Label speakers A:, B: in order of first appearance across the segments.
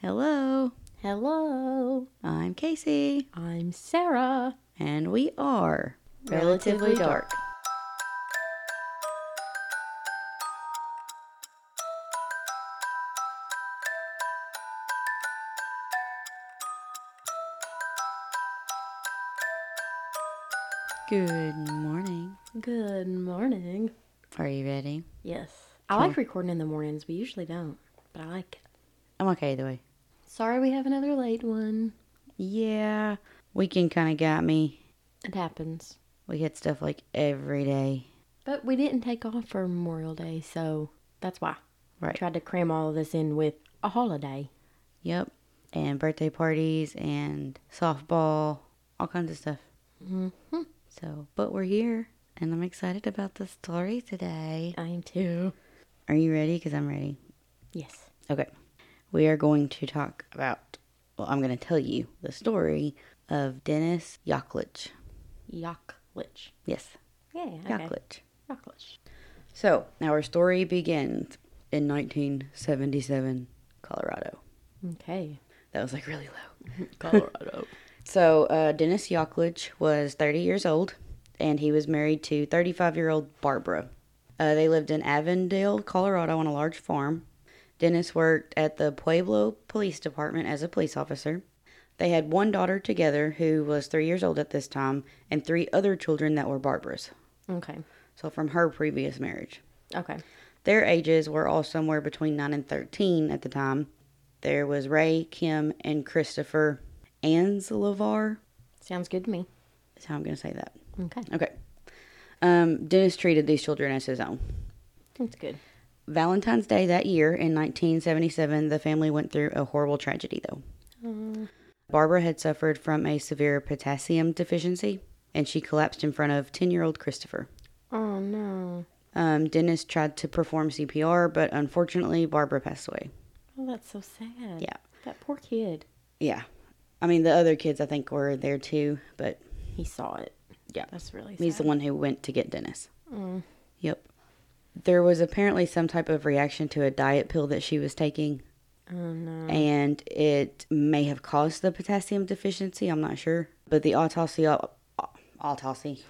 A: Hello,
B: Hello,
A: I'm Casey,
B: I'm Sarah.
A: and we are
B: Relatively Dark.
A: Good morning.
B: Good morning.
A: Are you ready?
B: Yes, I like recording in the mornings. We usually don't, but I like it.
A: I'm okay either way.
B: Sorry we have another late one.
A: Yeah, weekend kind of got me.
B: It happens.
A: We get stuff like every day.
B: But we didn't take off for Memorial Day, so that's why.
A: Right.
B: Tried to cram all of this in with a holiday.
A: Yep. And birthday parties and softball, all kinds of stuff.
B: hmm
A: Mm-hmm. So, but we're here and I'm excited about the story today.
B: I am too.
A: Are you ready? Because I'm ready.
B: Yes.
A: Okay. We are going to talk about, well, I'm going to tell you the story of Dennis Yaklich.
B: Yaklich.
A: Yes,
B: Yeah. Okay.
A: Yaklich.
B: Yaklich.
A: So, our story begins in 1977, Colorado.
B: Okay.
A: That was like really low.
B: Colorado.
A: So, uh, Dennis Yaklich was 30 years old and he was married to 35 year old Barbara. Uh, they lived in Avondale, Colorado on a large farm. Dennis worked at the Pueblo Police Department as a police officer. They had one daughter together who was three years old at this time and three other children that were Barbara's.
B: okay.
A: So, from her previous marriage.
B: Okay.
A: Their ages were all somewhere between 9 and 13 at the time. There was Ray, Kim, and Christopher Anslevar.
B: Sounds good to me.
A: That's how I'm going to say that.
B: Okay.
A: Okay. Um, Dennis treated these children as his own.
B: That's good.
A: Valentine's Day that year in 1977, the family went through a horrible tragedy, though.
B: Uh,
A: Barbara had suffered from a severe potassium deficiency, and she collapsed in front of 10 year old Christopher.
B: oh no.
A: Um, Dennis tried to perform CPR, but unfortunately, Barbara passed away.
B: Oh, that's so sad.
A: Yeah.
B: That poor kid.
A: Yeah. I mean, the other kids, I think, were there too, but
B: He saw it.
A: Yeah.
B: That's really
A: he's the
B: sad.
A: one who went to get Dennis.
B: Mm.
A: Yep. There was apparently some type of reaction to a diet pill that she was taking,
B: Oh no.
A: and it may have caused the potassium deficiency. I'm not sure. But the autopsy, au- au- autopsy,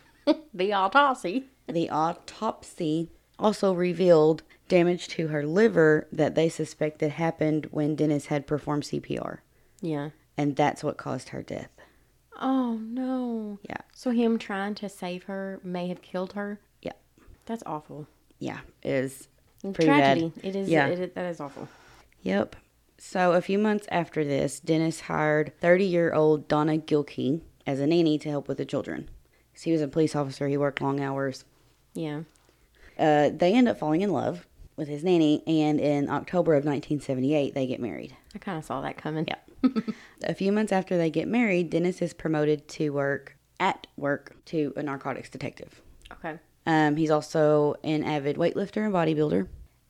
B: the autopsy.
A: the autopsy also revealed damage to her liver that they suspected happened when Dennis had performed CPR,
B: Yeah.
A: and that's what caused her death.
B: Oh no.
A: Yeah.
B: So him trying to save her may have killed her.
A: Yeah.
B: That's awful.
A: Yeah, is
B: And
A: Pretty bad.
B: Tragedy. It is.
A: Yeah.
B: It, is- that is awful.
A: Yep. So a few months after this, Dennis hired 30 year old Donna Gilkey as a nanny to help with the children. 'Cause he was a police officer, he worked long hours.
B: Yeah.
A: Uh, they end up falling in love with his nanny, and in October of 1978, they get married.
B: I kind of saw that coming.
A: Yeah. A few months after they get married, Dennis is promoted to work at work to a narcotics detective.
B: Okay.
A: Um, he's also an avid weightlifter and bodybuilder.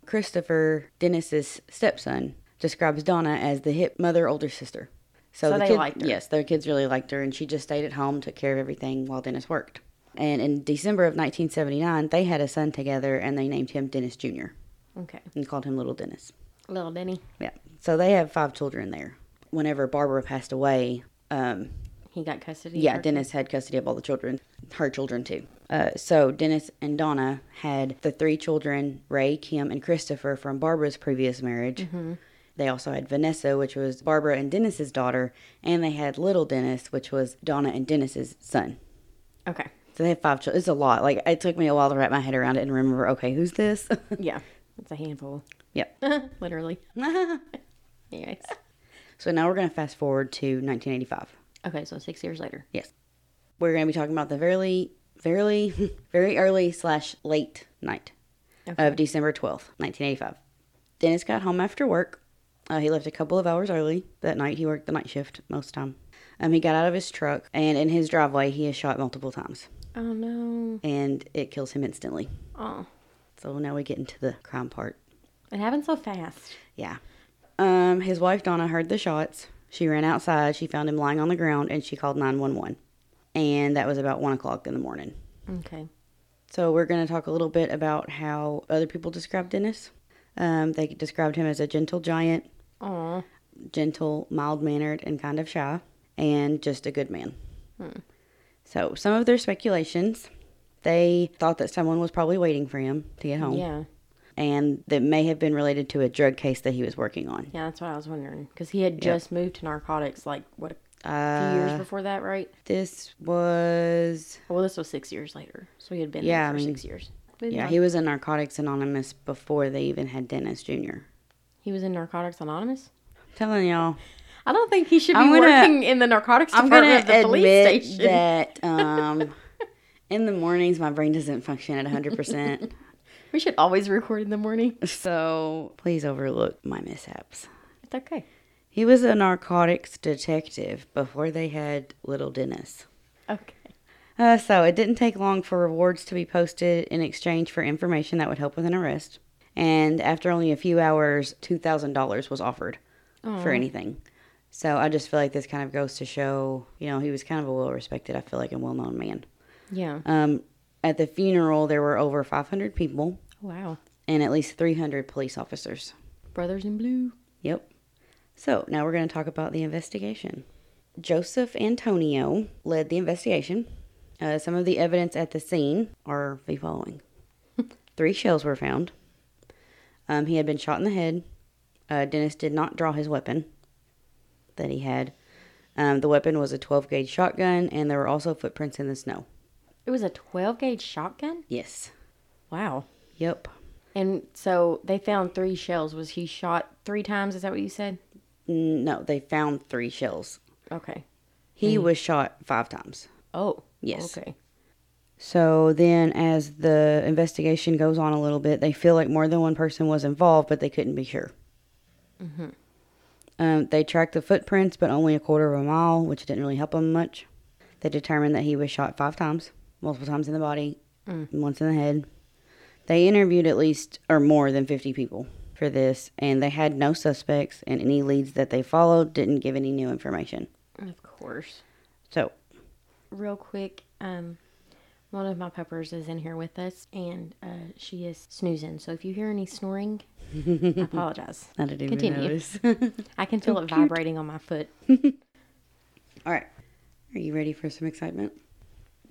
A: Christopher, Dennis's stepson, describes Donna as the hip mother, older sister.
B: So
A: the
B: they
A: kid-
B: liked her.
A: Yes, their kids really liked her, and she just stayed at home, took care of everything while Dennis worked. And in December of 1979, they had a son together, and they named him Dennis Jr.
B: Okay.
A: and called him Little Dennis.
B: Little Denny.
A: Yeah. So they have five children there. Whenever Barbara passed away, um,
B: He got custody. of
A: yeah,
B: her?
A: Dennis had custody of all the children, her children too. Uh, so Dennis and Donna had the three children, Ray, Kim, and Christopher from Barbara's previous marriage. They also had Vanessa, which was Barbara and Dennis's daughter, and they had little Dennis, which was Donna and Dennis's son.
B: Okay.
A: So they had five children. It's a lot. Like it took me a while to wrap my head around it and remember, okay, who's this?
B: Yeah. It's a handful.
A: yep.
B: Literally. Anyways.
A: So now we're gonna fast forward to 1985.
B: Okay. So six years later.
A: Yes. We're going to be talking about the very, very, very early slash late night
B: Okay.
A: of December 12th, 1985. Dennis got home after work. Uh, he left a couple of hours early that night. He worked the night shift most time. Um, he got out of his truck, and in his driveway, he is shot multiple times,
B: Oh no.
A: and it kills him instantly.
B: Oh.
A: So now we get into the crime part.
B: It happened so fast.
A: Yeah. Um, his wife Donna heard the shots. She ran outside. She found him lying on the ground, and she called 911. And that was about one o'clock in the morning.
B: Okay.
A: So we're going to talk a little bit about how other people describe Dennis. Um, they described him as a gentle giant,
B: Oh.
A: gentle, mild mannered, and kind of shy, and just a good man.
B: Hmm.
A: So, some of their speculations, they thought that someone was probably waiting for him to get home,
B: Yeah.
A: and that may have been related to a drug case that he was working on.
B: Yeah, that's what I was wondering. Because he had just moved to narcotics, like, what, a
A: Uh,
B: few years before that, right?
A: This was,
B: Well, this was six years later. So he had been
A: Yeah,
B: there for
A: I mean-
B: six years. But
A: yeah,
B: no,
A: he was in Narcotics Anonymous before they even had Dennis Jr.
B: he was in Narcotics Anonymous?
A: Telling y'all,
B: I don't think he should be
A: I'm gonna-
B: working in the narcotics
A: I'm
B: department
A: gonna
B: of the
A: admit
B: police station.
A: that um, in the mornings my brain doesn't function at 100. percent
B: We should always record in the morning.
A: So please overlook my mishaps.
B: It's okay.
A: He was a narcotics detective before they had Little Dennis.
B: Okay.
A: Uh, so it didn't take long for rewards to be posted in exchange for information that would help with an arrest. And after only a few hours, $2,000 was offered for anything. So I just feel like this kind of goes to show, you know, he was kind of a well respected, I feel like, a well known man.
B: Yeah.
A: Um, at the funeral, there were over 500 people
B: Wow.
A: and at least 300 police officers.
B: Brothers in Blue.
A: Yep. So now we're going to talk about the investigation. Joseph Antonio led the investigation. Uh, some of the evidence at the scene are the following three shells were found. Um, he had been shot in the head. Uh, Dennis did not draw his weapon that he had. Um, the weapon was a 12 gauge shotgun, and there were also footprints in the snow.
B: It was a 12 gauge shotgun?
A: Yes.
B: Wow.
A: Yep.
B: And so they found three shells. Was he shot three times? Is that what you said?
A: N- No, they found three shells.
B: Okay.
A: He was shot five times.
B: Oh.
A: Yes.
B: Okay.
A: So then, as the investigation goes on a little bit, they feel like more than one person was involved, but they couldn't be sure. Um, they tracked the footprints, but only a quarter of a mile, which didn't really help them much. They determined that he was shot five times, multiple times in the body, and once in the head. They interviewed at least or more than 50 people for this, and they had no suspects, and any leads that they followed didn't give any new information.
B: Of course.
A: So,
B: Real quick, um, one of my peppers is in here with us, and uh, she is snoozing. So if you hear any snoring, I apologize.
A: I didn't even
B: Continue.
A: notice.
B: I can
A: Oh,
B: feel it vibrating on my foot.
A: All right. Are you ready for some excitement?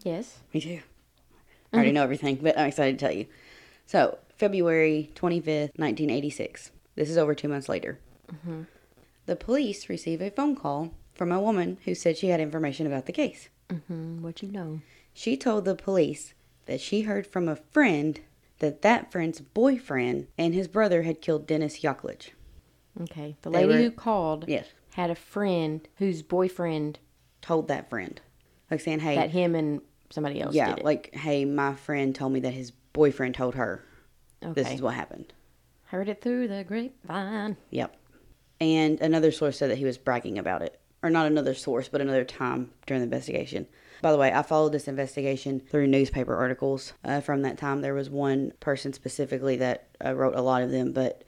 B: Yes.
A: Me too. I
B: Mm-hmm.
A: already know everything, but I'm excited to tell you. So, February 25th, 1986. This is over two months later.
B: Mm-hmm.
A: The police receive a phone call from a woman who said she had information about the case.
B: Mm, what you know?
A: She told the police that she heard from a friend that that friend's boyfriend and his brother had killed Dennis Yaklich.
B: Okay. The
A: They
B: lady
A: were-
B: who called
A: Yes,
B: had a friend whose boyfriend
A: told that friend. Like saying, hey,
B: that him and somebody else
A: yeah,
B: did it.
A: like, hey, my friend told me that his boyfriend told her
B: okay.
A: this is what happened.
B: Heard it through the grapevine.
A: Yep. And another source said that he was bragging about it. Or not another source, but another time during the investigation. By the way, I followed this investigation through newspaper articles uh, from that time. There was one person specifically that uh, wrote a lot of them, but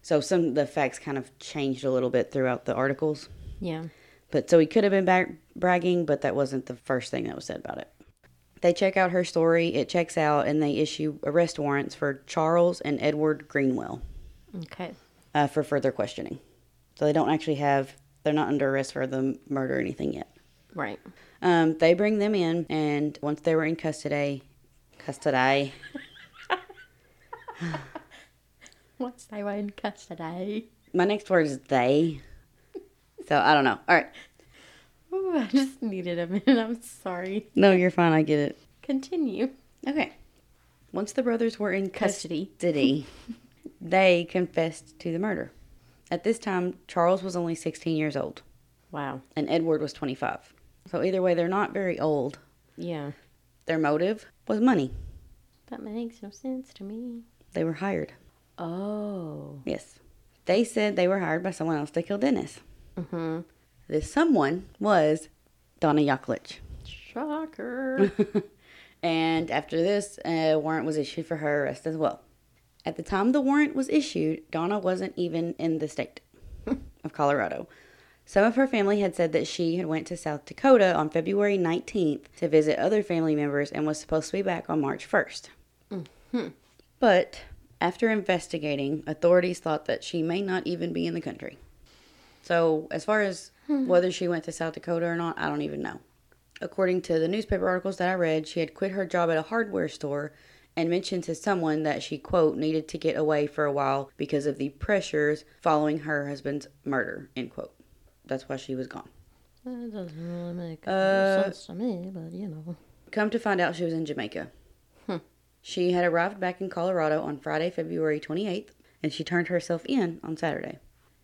A: so some of the facts kind of changed a little bit throughout the articles.
B: Yeah.
A: But so he could have been back bragging, but that wasn't the first thing that was said about it. They check out her story, it checks out, and they issue arrest warrants for Charles and Edward Greenwell
B: Okay.
A: uh, for further questioning. So they don't actually have, they're not under arrest for the murder or anything yet.
B: Right.
A: Um, they bring them in, and once they were in custody, custody,
B: Once they were in custody.
A: my next word is they. So I don't know. All right.
B: Ooh, I just needed a minute. I'm sorry.
A: No, you're fine. I get it.
B: Continue.
A: Okay. Once the brothers were in
B: Custody.
A: custody, they confessed to the murder. At this time, Charles was only 16 years old,
B: Wow.
A: and Edward was 25. So either way, they're not very old.
B: Yeah.
A: Their motive was money.
B: That makes no sense to me.
A: They were hired.
B: Oh.
A: Yes. They said they were hired by someone else to kill Dennis.
B: Mm-hmm.
A: This someone was Donna Yaklich.
B: Shocker.
A: and after this, a warrant was issued for her arrest as well. At the time the warrant was issued, Donna wasn't even in the state of Colorado. Some of her family had said that she had went to South Dakota on February 19th to visit other family members and was supposed to be back on March 1st. But after investigating, authorities thought that she may not even be in the country. So, as far as whether she went to South Dakota or not, I don't even know. According to the newspaper articles that I read, she had quit her job at a hardware store and mentioned to someone that she, quote, needed to get away for a while because of the pressures following her husband's murder, end quote. That's why she was gone.
B: That doesn't really make
A: Uh,
B: sense to me, but you know.
A: Come to find out, she was in Jamaica.
B: Hmm.
A: She had arrived back in Colorado on Friday, February 28th, and she turned herself in on Saturday.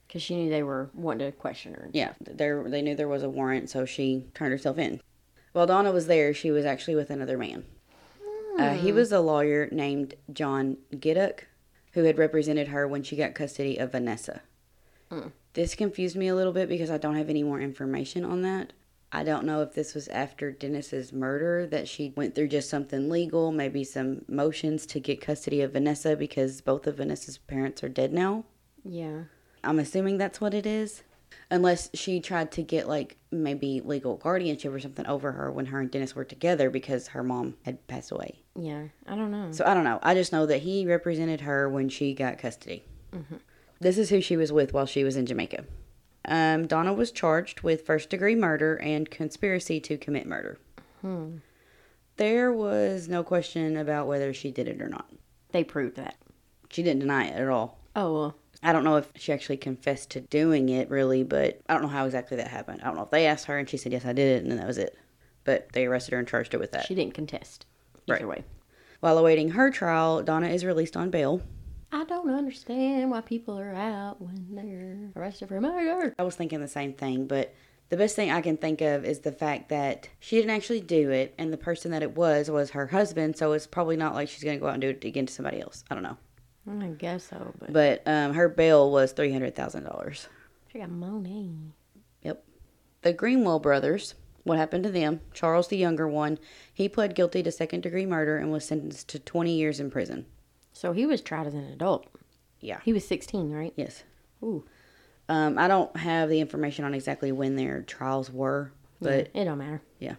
B: Because she knew they were wanting to question her.
A: Yeah, there they knew there was a warrant, so she turned herself in. While Donna was there, she was actually with another man. Uh, he was a lawyer named John Gidduck, who had represented her when she got custody of Vanessa.
B: Hmm.
A: This confused me a little bit because I don't have any more information on that. I don't know if this was after Dennis's murder that she went through just something legal, maybe some motions to get custody of Vanessa because both of Vanessa's parents are dead now.
B: Yeah.
A: I'm assuming that's what it is. Unless she tried to get like maybe legal guardianship or something over her when her and Dennis were together because her mom had passed away.
B: Yeah. I don't know.
A: So I don't know. I just know that he represented her when she got custody. This is who she was with while she was in Jamaica. Um, Donna was charged with first degree murder and conspiracy to commit murder.
B: Hmm.
A: There was no question about whether she did it or not.
B: They proved that.
A: She didn't deny it at all.
B: Oh, well.
A: I don't know if she actually confessed to doing it really, but I don't know how exactly that happened. I don't know if they asked her and she said, yes, I did it, and then that was it. But they arrested her and charged her with that.
B: She didn't contest. Either way.
A: While awaiting her trial, Donna is released on bail.
B: I don't understand why people are out when they're arrested for murder.
A: I was thinking the same thing, but the best thing I can think of is the fact that she didn't actually do it, and the person that it was was her husband, so it's probably not like she's going to go out and do it again to somebody else. I don't know.
B: I guess so, but
A: But um, her bail was $300,000.
B: she got money.
A: Yep. The Greenwell brothers, what happened to them? Charles, the younger one, he pled guilty to second degree murder and was sentenced to 20 years in prison.
B: So he was tried as an adult.
A: Yeah.
B: He was 16, right?
A: Yes.
B: Ooh.
A: Um, I don't have the information on exactly when their trials were, but
B: Yeah, it don't matter.
A: yeah.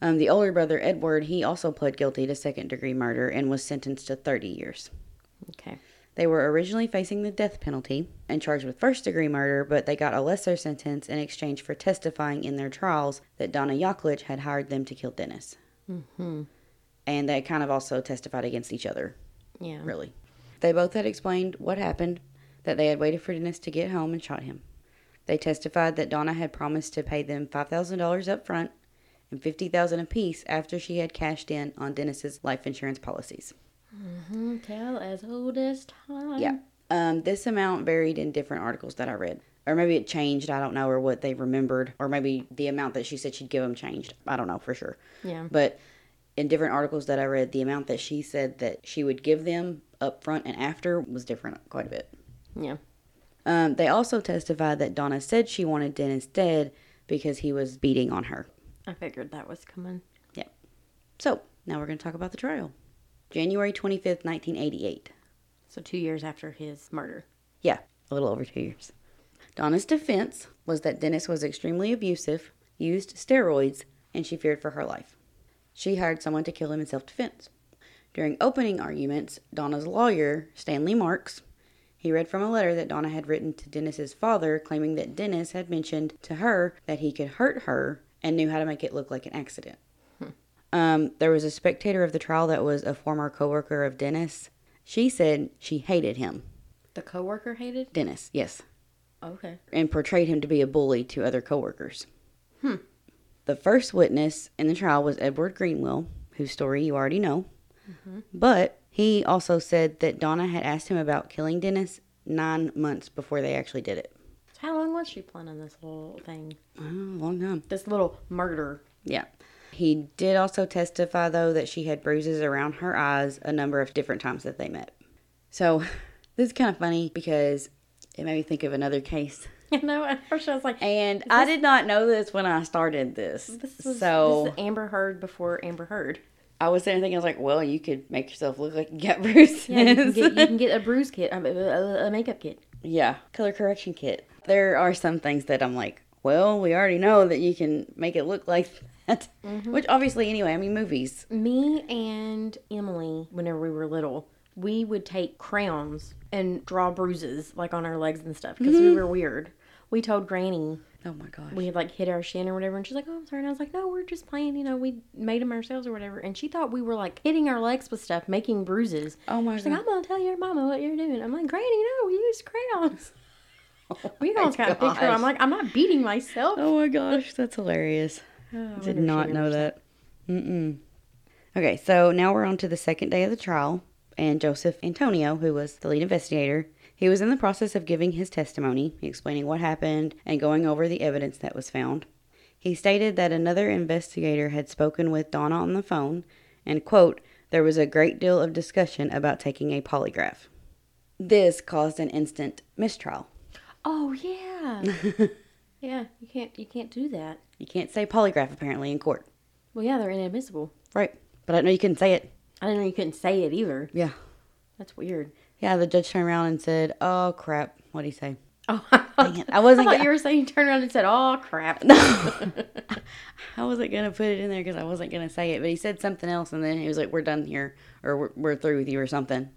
A: Um, the older brother, Edward, he also pled guilty to second degree murder and was sentenced to 30 years.
B: Okay.
A: They were originally facing the death penalty and charged with first degree murder, but they got a lesser sentence in exchange for testifying in their trials that Donna Yaklich had hired them to kill Dennis.
B: Mm-hmm.
A: and they kind of also testified against each other,
B: Yeah.
A: really. They both had explained what happened, that they had waited for Dennis to get home and shot him. They testified that Donna had promised to pay them $5,000 up front and $50,000 apiece after she had cashed in on Dennis's life insurance policies.
B: Mm-hmm. Tell as old as time.
A: Yeah. Um, this amount varied in different articles that I read. Or maybe it changed, I don't know, or what they remembered, or maybe the amount that she said she'd give them changed. I don't know for sure.
B: Yeah.
A: But in different articles that I read, the amount that she said that she would give them up front and after was different quite a bit.
B: Yeah.
A: Um, they also testified that Donna said she wanted Dennis dead because he was beating on her.
B: I figured that was coming.
A: So now we're going to talk about the trial. January 25th, 1988.
B: So two years after his murder.
A: Yeah, a little over two years. Donna's defense was that Dennis was extremely abusive, used steroids, and she feared for her life. She hired someone to kill him in self defense. During opening arguments, Donna's lawyer, Stanley Marks, he read from a letter that Donna had written to Dennis's father claiming that Dennis had mentioned to her that he could hurt her and knew how to make it look like an accident. Um, there was a spectator of the trial that was a former coworker of Dennis. She said she hated him.
B: The coworker hated?
A: Dennis, yes
B: Okay.
A: and portrayed him to be a bully to other coworkers. Hmm. The first witness in the trial was Edward Greenwell, whose story you already know. Mm-hmm. But he also said that Donna had asked him about killing Dennis nine months before they actually did it.
B: So how long was she planning this little thing?
A: Oh, long time.
B: This little murder.
A: Yeah. He did also testify, though, that she had bruises around her eyes a number of different times that they met. So this is kind of funny because it made me think of another case
B: You know, at first I was like,
A: And I did not know this when I started this.
B: this is,
A: so
B: this is Amber Heard before Amber Heard.
A: I was sitting there thinking, I was like, well, you could make yourself look like you got bruises.
B: Yeah, you can get, you can get a bruise kit, um, a, a, a makeup kit.
A: Yeah, color correction kit. There are some things that I'm like, well, we already know that you can make it look like that.
B: Mm-hmm.
A: Which, obviously, anyway, I mean, movies.
B: Me and Emily, whenever we were little,
A: Mm-hmm.
B: we would take crayons and draw bruises like on our legs and stuff because we were weird. we told Granny
A: Oh my gosh.
B: we had like hit our shin or whatever, and she's like, "Oh, I'm sorry." And I was like, "No, we're just playing. You know, we made them ourselves or whatever." And she thought we were like hitting our legs with stuff, making bruises.
A: oh my
B: She's like,
A: god.
B: "I'm gonna tell your mama what you're doing." I'm like, "Granny, no, we use crayons."
A: Oh
B: We
A: my
B: almost got a picture. I'm
A: gosh.
B: like, "I'm not beating myself."
A: Oh my gosh, that's hilarious.
B: Oh, I
A: Did
B: wonder if she
A: not know
B: remembers
A: that. Mm-mm. Okay, so now we're on to the second day of the trial, and Joseph Antonio, who was the lead investigator, he was in the process of giving his testimony, explaining what happened and going over the evidence that was found. He stated that another investigator had spoken with Donna on the phone, and quote, there was a great deal of discussion about taking a polygraph. This caused an instant mistrial.
B: Oh yeah, yeah. You can't you can't do that.
A: You can't say polygraph apparently in court.
B: Well, yeah, they're inadmissible.
A: Right. But I know you couldn't say it.
B: I didn't know you couldn't say it either.
A: Yeah.
B: That's weird.
A: Yeah, the judge turned around and said, "Oh crap, what would he say?"
B: Oh,
A: it, I wasn't
B: I thought
A: go-
B: you were saying turn around and said, "Oh crap."
A: I wasn't gonna put it in there because I wasn't gonna say it, but he said something else, and then he was like, "We're done here," or "We're, we're through with you," or something.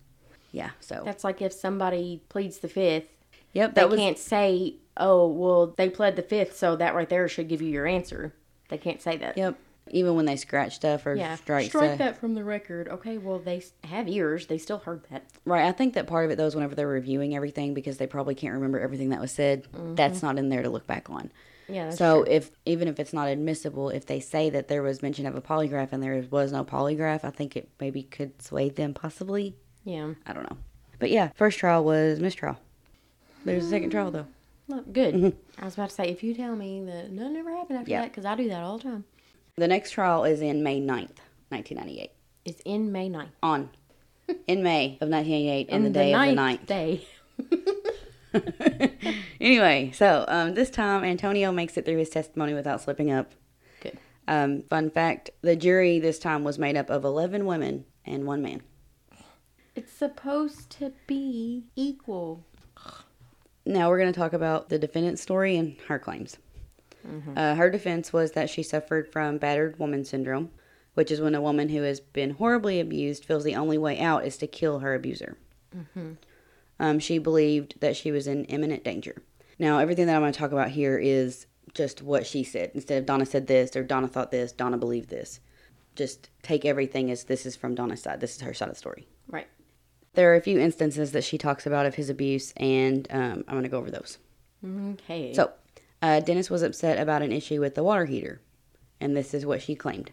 A: Yeah. So.
B: That's like if somebody pleads the fifth,
A: yep.
B: they
A: That was.
B: can't say, "Oh, well, they pled the fifth, so that right there should give you your answer." They can't say that.
A: Yep. Even when they scratch stuff or
B: Yeah.
A: strike stuff.
B: Strike that from the record. Okay, well, they s- have ears. They still heard that.
A: Right. I think that part of it though is whenever they're reviewing everything because they probably can't remember everything that was said. That's not in there to look back on.
B: Mm-hmm. Yeah. That's
A: so
B: true.
A: if even if it's not admissible, if they say that there was mention of a polygraph and there was no polygraph, I think it maybe could sway them possibly.
B: yeah.
A: I don't know. But yeah, first trial was mistrial. There's a second trial though.
B: Look, good. I was about to say, if you tell me that nothing ever happened after
A: Mm-hmm. Yeah.
B: that, 'cause that, because I do that all the time.
A: The next trial is in May 9th, 1998.
B: It's in May 9th.
A: On in May of 1998 on
B: In
A: the day of the ninth.
B: day.
A: Anyway, so um, this time Antonio makes it through his testimony without slipping up.
B: Good.
A: Um, fun fact: the jury this time was made up of 11 women and one man.
B: It's supposed to be equal.
A: Now we're going to talk about the defendant's story and her claims. Uh, her defense was that she suffered from battered woman syndrome, which is when a woman who has been horribly abused feels the only way out is to kill her abuser. Um, she believed that she was in imminent danger. Now, everything that I'm going to talk about here is just what she said. Instead of Donna said this or Donna thought this, Donna believed this. Just take everything as this is from Donna's side. This is her side of the story.
B: Right.
A: There are a few instances that she talks about of his abuse, and um, I'm going to go over those.
B: Okay.
A: So, uh, Dennis was upset about an issue with the water heater, and this is what she claimed.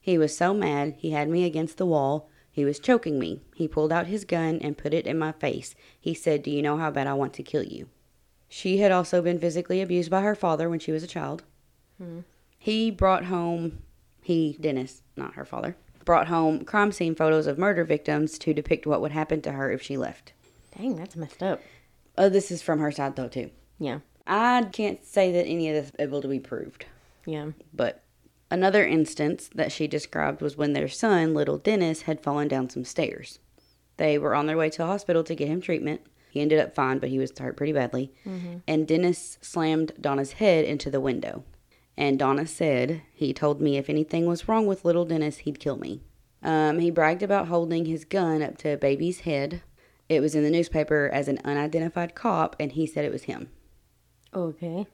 A: He was so mad, he had me against the wall. He was choking me. He pulled out his gun and put it in my face. He said, Do you know how bad I want to kill you? She had also been physically abused by her father when she was a child. He brought home, he, Dennis, not her father, brought home crime scene photos of murder victims to depict what would happen to her if she left.
B: dang, that's messed up.
A: Oh, this is from her side, though, too.
B: Yeah.
A: I can't say that any of this is able to be proved,
B: Yeah.
A: but another instance that she described was when their son, little Dennis, had fallen down some stairs. They were on their way to the hospital to get him treatment. He ended up fine, but he was hurt pretty badly. And Dennis slammed Donna's head into the window. And Donna said, He told me if anything was wrong with little Dennis, he'd kill me. Um, he bragged about holding his gun up to a baby's head. It was in the newspaper as an unidentified cop, and he said it was him
B: Okay.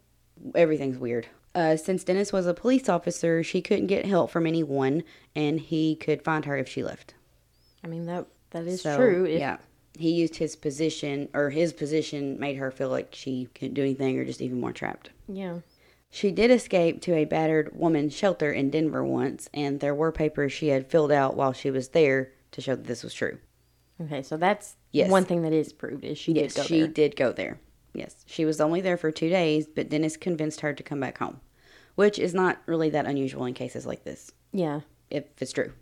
A: everything's weird. Uh, since Dennis was a police officer, she couldn't get help from anyone, and he could find her if she left.
B: I mean that that is
A: So,
B: true. If-
A: yeah, he used his position, or his position made her feel like she couldn't do anything, or just even more trapped.
B: Yeah.
A: She did escape to a battered woman's shelter in Denver once, and there were papers she had filled out while she was there to show that this was true.
B: Okay. So that's
A: Yes.
B: one thing that is proved is she
A: Yes,
B: did go
A: she
B: there.
A: did go there. Yes, she was only there for two days, but Dennis convinced her to come back home, which is not really that unusual in cases like this.
B: Yeah.
A: if it's true.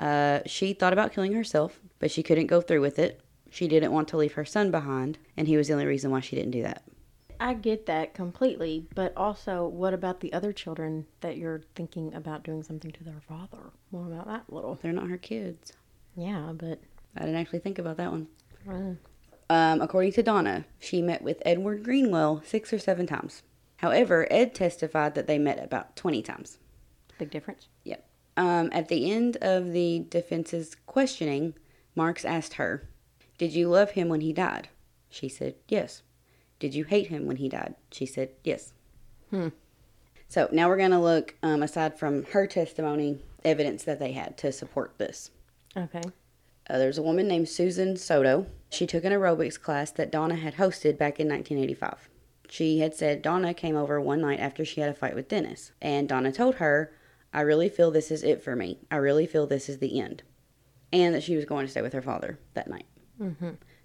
A: Uh, she thought about killing herself, but she couldn't go through with it. She didn't want to leave her son behind, and he was the only reason why she didn't do that.
B: I get that completely, but also, what about the other children that you're thinking about doing something to their father? What about that little?
A: They're not her kids.
B: Yeah, but
A: I didn't actually think about that one.
B: uh,
A: Um, according to Donna, she met with Edward Greenwell six or seven times. However, Ed testified that they met about 20 times.
B: big difference.
A: Yep. Um, at the end of the defense's questioning, Marks asked her, Did you love him when he died? She said, Yes. Did you hate him when he died? She said, Yes. So now we're going to look, um, aside from her testimony, evidence that they had to support this.
B: Okay.
A: Uh, there's a woman named Susan Soto. She took an aerobics class that Donna had hosted back in 1985. She had said Donna came over one night after she had a fight with Dennis, and Donna told her, I really feel this is it for me. I really feel this is the end. And that she was going to stay with her father that night.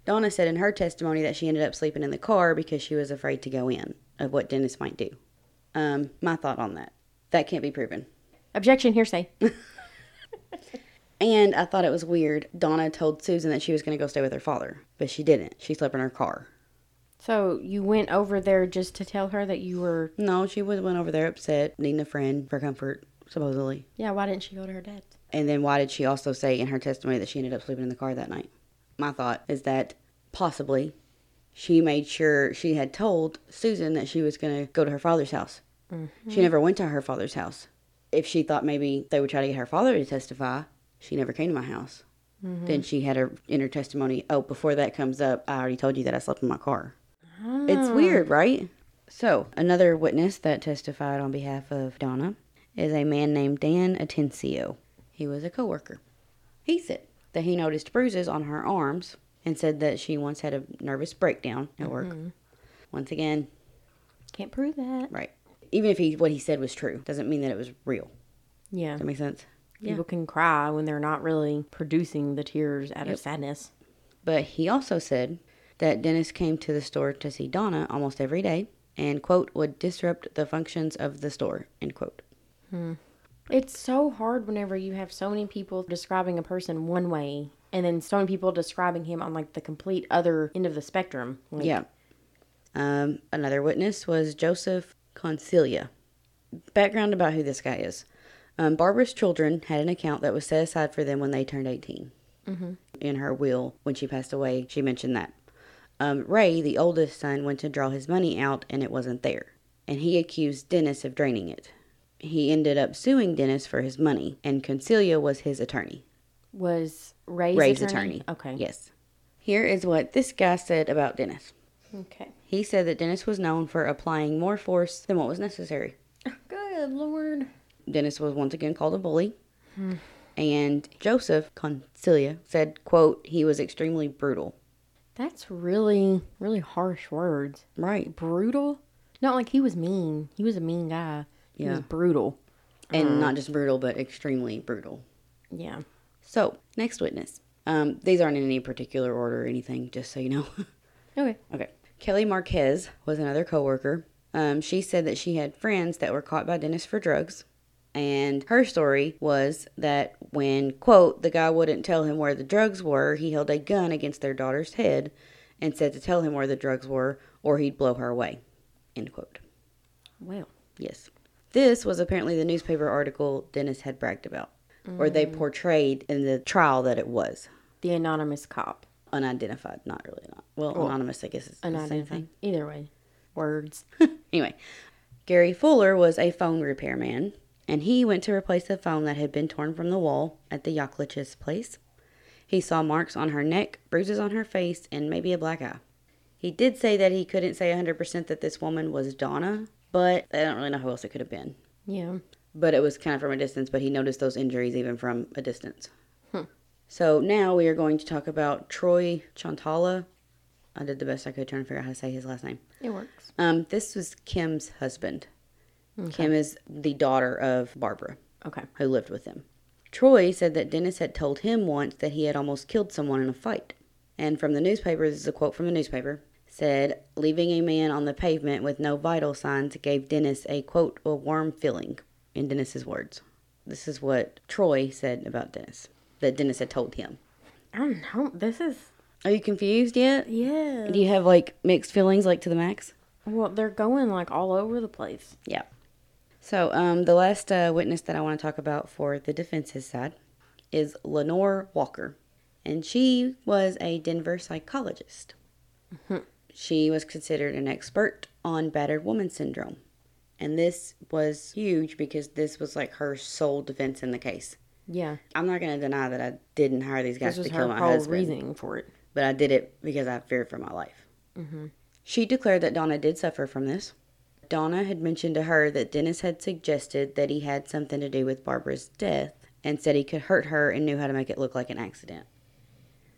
A: Donna said in her testimony that she ended up sleeping in the car because she was afraid to go in of what Dennis might do. Um, my thought on that that can't be proven.
B: Objection, hearsay.
A: And I thought it was weird. Donna told Susan that she was going to go stay with her father, but she didn't. She slept in her car.
B: so you went over there just to tell her that you were.
A: No, she was went over there upset, needing a friend for comfort, supposedly.
B: Yeah, why didn't she go to her dad's?
A: And then why did she also say in her testimony that she ended up sleeping in the car that night? My thought is that possibly she made sure she had told Susan that she was going to go to her father's house. She never went to her father's house. If she thought maybe they would try to get her father to testify, she never came to my house. Then she had her in her testimony, oh, before that comes up, I already told you that I slept in my car. It's weird, right? So, another witness that testified on behalf of Donna is a man named Dan Atencio. He was a coworker. He said that he noticed bruises on her arms and said that she once had a nervous breakdown at work. Once again,
B: Can't prove that.
A: right. Even if he what he said was true, doesn't mean that it was real.
B: Yeah.
A: Does that make sense?
B: People can cry when they're not really producing the tears out of sadness.
A: But he also said that Dennis came to the store to see Donna almost every day and quote would disrupt the functions of the store end quote.
B: It's so hard whenever you have so many people describing a person one way and then so many people describing him on like the complete other end of the spectrum. Like,
A: Yeah. Um, another witness was Joseph Concilia. Background about who this guy is. Um, Barbara's children had an account that was set aside for them when they turned 18. Mm-hmm. In her will, when she passed away, she mentioned that. Um, Ray, the oldest son, went to draw his money out and it wasn't there. And he accused Dennis of draining it. He ended up suing Dennis for his money, and Concilia was his attorney.
B: Was Ray's,
A: Ray's
B: attorney?
A: attorney.
B: Okay.
A: Yes. Here is what this guy said about Dennis.
B: Okay.
A: He said that Dennis was known for applying more force than what was necessary.
B: Good lord.
A: Dennis was once again called a bully. and Joseph Concilia said, quote, he was extremely brutal.
B: That's really, really harsh words.
A: Right.
B: Brutal? Not like he was mean. He was a mean guy. He was
A: Yeah.
B: brutal.
A: And not just brutal, but extremely brutal.
B: Yeah.
A: So, next witness. Um, these aren't in any particular order or anything, just so you know.
B: Okay.
A: okay. Kelly Marquez was another coworker. Um, she said that she had friends that were caught by Dennis for drugs. And her story was that when, quote, the guy wouldn't tell him where the drugs were, he held a gun against their daughter's head and said to tell him where the drugs were or he'd blow her away, end quote.
B: Well.
A: Yes. This was apparently the newspaper article Dennis had bragged about, or they portrayed in the trial that it was.
B: The anonymous cop.
A: Unidentified, not really. Not. Well, anonymous, I guess, is the same
B: Anonymous.
A: thing.
B: Either way. Words.
A: Anyway, Gary Fuller was a phone repairman, and he went to replace the phone that had been torn from the wall at the Yaklich's place. He saw marks on her neck, bruises on her face, and maybe a black eye. He did say that he couldn't say 100% that this woman was Donna, but I don't really know who else it could have been.
B: yeah.
A: But it was kind of from a distance, but he noticed those injuries even from a distance. So now we are going to talk about Troy Chantala. I did the best I could trying to figure out how to say his last name.
B: It works.
A: Um, this was Kim's husband. Kim is the daughter of Barbara,
B: Okay.
A: who lived with them. Troy said that Dennis had told him once that he had almost killed someone in a fight. And from the newspaper, this is a quote from the newspaper, said, Leaving a man on the pavement with no vital signs gave Dennis a quote, a warm feeling, in Dennis's words. This is what Troy said about Dennis, that Dennis had told him.
B: I don't know. This is.
A: Are you confused yet?
B: Yeah.
A: Do you have like mixed feelings, like to the max?
B: Well, they're going like all over the place.
A: Yeah. So um, the last uh, witness that I want to talk about for the defense's side is Lenore Walker, and she was a Denver psychologist.
B: Mm-hmm.
A: She was considered an expert on battered woman syndrome, and this was huge because this was like her sole defense in the case.
B: Yeah.
A: I'm not going to deny that I didn't hire these guys
B: This
A: to
B: was
A: kill
B: her
A: my
B: whole
A: husband,
B: reasoning for it.
A: but I did it because I feared for my life. She declared that Donna did suffer from this. Donna had mentioned to her that Dennis had suggested that he had something to do with Barbara's death and said he could hurt her and knew how to make it look like an accident.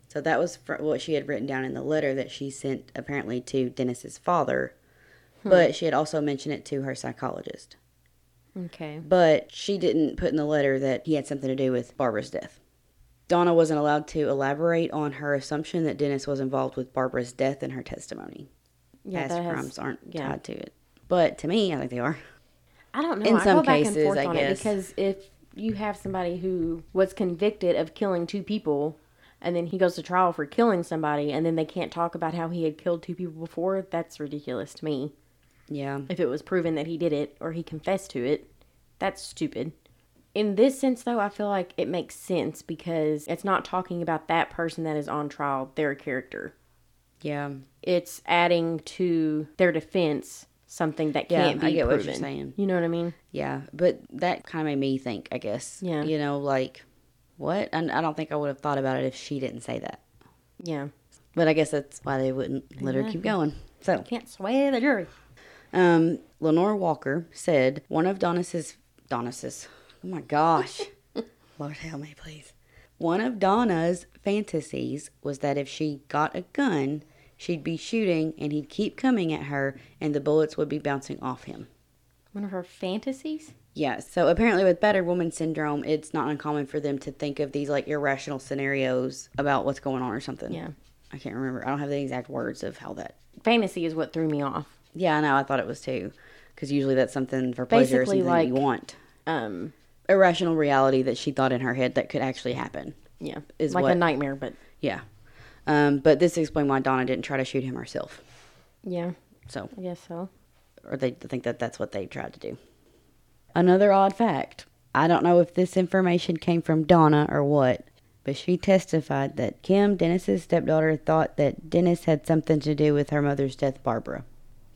A: So that was fr- what she had written down in the letter that she sent apparently to Dennis's father, but she had also mentioned it to her psychologist.
B: Okay.
A: But she didn't put in the letter that he had something to do with Barbara's death. Donna wasn't allowed to elaborate on her assumption that Dennis was involved with Barbara's death in her testimony.
B: Yeah,
A: Past
B: that has-
A: crimes aren't
B: yeah.
A: tied to it. But to me, I think they are.
B: I don't know.
A: In
B: I
A: some
B: go back
A: cases,
B: and forth
A: I
B: on
A: guess.
B: it because if you have somebody who was convicted of killing two people and then he goes to trial for killing somebody and then they can't talk about how he had killed two people before, that's ridiculous to me.
A: Yeah.
B: If it was proven that he did it or he confessed to it, that's stupid. In this sense, though, I feel like it makes sense because it's not talking about that person that is on trial, their character.
A: Yeah.
B: It's adding to their defense something that
A: Yeah,
B: can't be
A: I get what
B: proven.
A: you're saying.
B: You know what I mean?
A: Yeah. But that kind of made me think, I guess.
B: Yeah.
A: You know, like, what? And I don't think I would have thought about it if she didn't say that.
B: Yeah.
A: But I guess that's why they wouldn't let her keep going. So.
B: Can't sway the jury.
A: Um, Lenore Walker said one of Donna's Donna's. Oh my gosh, Lord help me, please. One of Donna's fantasies was that if she got a gun, she'd be shooting and he'd keep coming at her, and the bullets would be bouncing off him.
B: One of her fantasies?
A: Yeah, so apparently with battered woman syndrome, it's not uncommon for them to think of these like irrational scenarios about what's going on or something.
B: Yeah.
A: I can't remember. I don't have the exact words of how that.
B: Fantasy is what threw me off.
A: Yeah, I know. I thought it was too, because usually that's something for pleasure, or
B: Basically,
A: something
B: like-
A: you want.
B: Um,
A: irrational reality that she thought in her head that could actually happen.
B: yeah.
A: Is
B: like
A: what?
B: a nightmare, but
A: Yeah. Um, but this explained why Donna didn't try to shoot him herself.
B: yeah,
A: So,
B: I guess so.
A: or they think that that's what they tried to do. Another odd fact I don't know if this information came from Donna or what, but she testified that Kim, Dennis's stepdaughter, thought that Dennis had something to do with her mother's death, Barbara.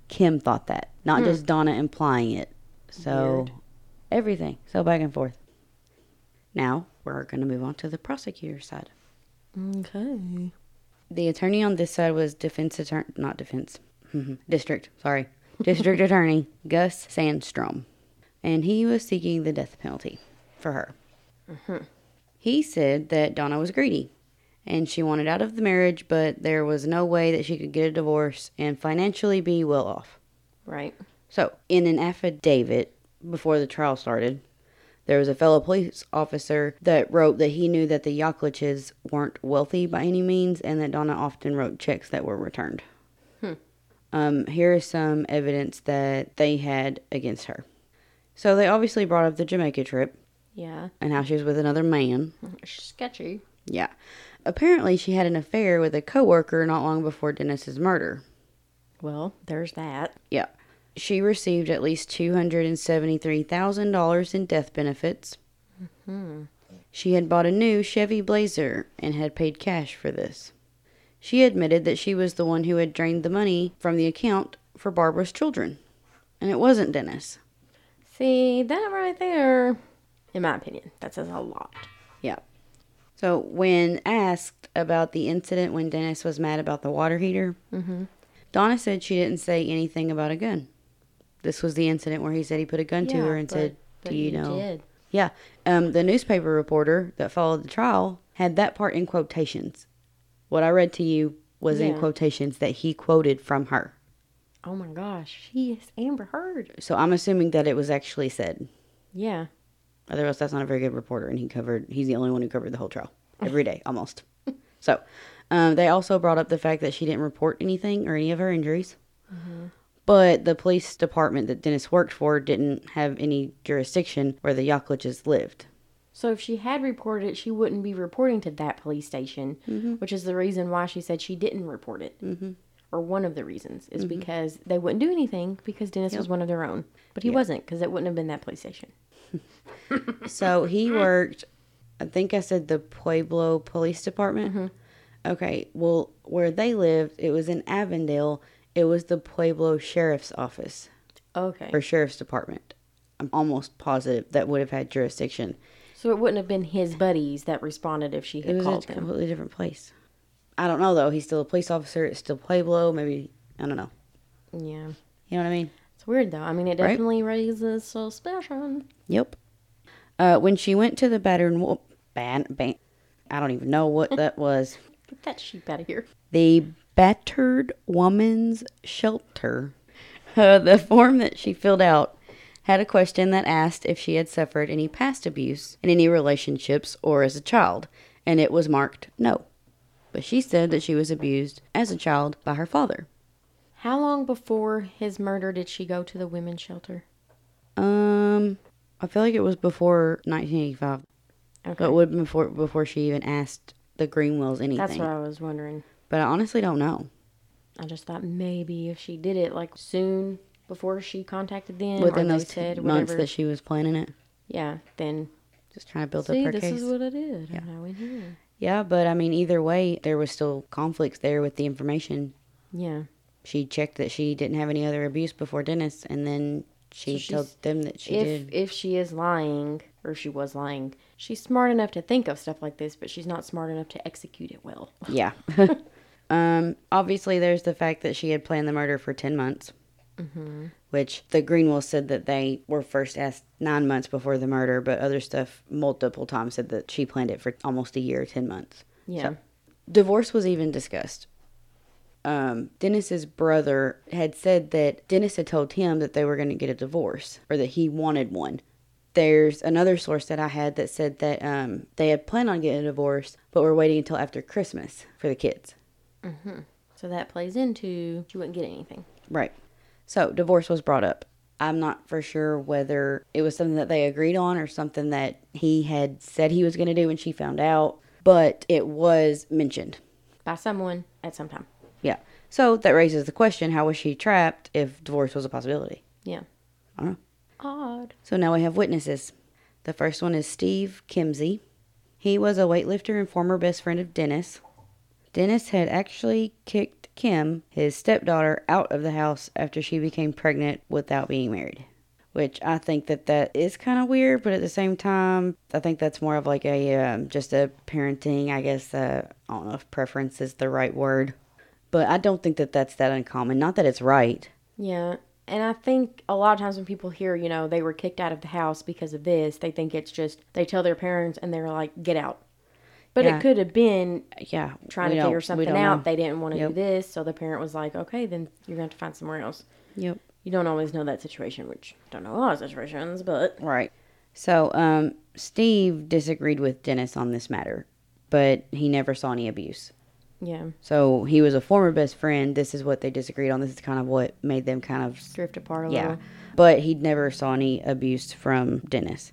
A: Kim thought that, not just Donna implying it. So,
B: Weird.
A: everything. So, back and forth. Now, we're going to move on to the prosecutor's side.
B: Okay.
A: The attorney on this side was defense attorney, not defense, mm-hmm, district, sorry, district attorney Gus Sandstrom. And he was seeking the death penalty for her. He said that Donna was greedy and she wanted out of the marriage, but there was no way that she could get a divorce and financially be well off.
B: Right.
A: So, in an affidavit before the trial started, there was a fellow police officer that wrote that he knew that the Yakliches weren't wealthy by any means and that Donna often wrote checks that were returned. Um, here is some evidence that they had against her. So, they obviously brought up the Jamaica trip
B: Yeah.
A: and how she was with another man.
B: She's sketchy.
A: Yeah. Apparently, she had an affair with a coworker not long before Dennis's murder.
B: Well, there's that.
A: Yeah. She received at least $273,000 in death benefits. She had bought a new Chevy Blazer and had paid cash for this. She admitted that she was the one who had drained the money from the account for Barbara's children. And it wasn't Dennis.
B: See, that right there, in my opinion, that says a lot.
A: Yeah. So when asked about the incident when Dennis was mad about the water heater, Donna said she didn't say anything about a gun. This was the incident where he said he put a gun to her and said, "Do you know?" Yeah. Um, the newspaper reporter that followed the trial had that part in quotations. What I read to you was in
B: Yeah.
A: quotations that he quoted from her.
B: Oh my gosh, she is Amber Heard.
A: So I'm assuming that it was actually said.
B: Yeah.
A: Otherwise, that's not a very good reporter, and he covered. He's the only one who covered the whole trial every day, almost. So, um, they also brought up the fact that she didn't report anything or any of her injuries, but the police department that Dennis worked for didn't have any jurisdiction where the Yakliches lived.
B: So if she had reported it, she wouldn't be reporting to that police station,
A: Mm-hmm.
B: which is the reason why she said she didn't report it. Mm-hmm. Or one of the reasons is
A: Mm-hmm.
B: because they wouldn't do anything because Dennis was one of their own, but he wasn't because it wouldn't have been that police station.
A: So he worked, I think I said the Pueblo Police Department. Okay, well, where they lived, it was in Avondale. It was the Pueblo Sheriff's Office
B: Okay,
A: or Sheriff's Department. I'm almost positive that would have had jurisdiction.
B: so it wouldn't have been his buddies that responded if she
A: It
B: had
A: was
B: called
A: a
B: them.
A: completely different place. I don't know though. He's still a police officer. It's still Pueblo. Maybe I don't know.
B: Yeah.
A: You know what I mean?
B: It's weird though. I mean, it
A: Right?
B: definitely raises suspicion.
A: Yep. Uh, when she went to the battered wo- ban, ban, I don't even know what that was.
B: Get that sheep out of here.
A: The battered woman's shelter. Uh, the form that she filled out had a question that asked if she had suffered any past abuse in any relationships or as a child, and it was marked no. But she said that she was abused as a child by her father.
B: How long before his murder did she go to the women's shelter?
A: Um, I feel like it was before 1985.
B: Okay.
A: But it would have been before, before she even asked the Greenwells anything.
B: That's what I was wondering.
A: But I honestly don't know.
B: I just thought maybe if she did it like soon before she contacted them,
A: Within
B: or
A: those
B: they said
A: two months
B: whatever,
A: that she was planning it,
B: yeah, then
A: just trying to build
B: see,
A: up her
B: this
A: case.
B: is what I did. Yeah. I went here.
A: yeah, but I mean, either way, there was still conflicts there with the information.
B: Yeah,
A: She checked that she didn't have any other abuse before Dennis, and then she
B: So
A: told them that she
B: if
A: did.
B: if she is lying or if she was lying, she's smart enough to think of stuff like this, but she's not smart enough to execute it well.
A: Yeah. um, obviously, there's the fact that she had planned the murder for 10 months, which the Greenwells said that they were first asked nine months before the murder, but other stuff multiple times said that she planned it for almost a year, 10 months.
B: Yeah.
A: divorce was even discussed. Um, Dennis's brother had said that Dennis had told him that they were going to get a divorce or that he wanted one. There's another source that I had that said that um, they had planned on getting a divorce, but were waiting until after Christmas for the kids.
B: So that plays into she wouldn't get anything.
A: Right. So divorce was brought up. I'm not for sure whether it was something that they agreed on or something that he had said he was going to do when she found out, but it was mentioned.
B: by someone at some time.
A: Yeah. So that raises the question how was she trapped if divorce was a possibility?
B: Yeah.
A: I don't know.
B: Odd.
A: So now we have witnesses. The first one is Steve Kimsey. He was a weightlifter and former best friend of Dennis. Dennis had actually kicked Kim, his stepdaughter, out of the house after she became pregnant without being married. Which I think that that is kind of weird, but at the same time, I think that's more of like a um, just a parenting, I guess. Uh, I don't know if preference is the right word, but I don't think that that's that uncommon. Not that it's right,
B: Yeah. And I think a lot of times when people hear, you know, they were kicked out of the house because of this, they think it's just they tell their parents and they're like, get out. But
A: Yeah.
B: it could have been
A: yeah.
B: trying
A: we
B: to
A: don't-
B: figure
A: we
B: something
A: don't
B: out.
A: know.
B: They didn't want to
A: Yep.
B: do this. So the parent was like, okay, then you're going to have to find somewhere else.
A: Yep.
B: You don't always know that situation, which I don't know a lot of situations, but
A: Right. So, um, Steve disagreed with Dennis on this matter, but he never saw any abuse.
B: yeah,
A: So he was a former best friend. This is what they disagreed on. This is kind of what made them kind of
B: drift apart a
A: yeah.
B: little.
A: But he never saw any abuse from Dennis.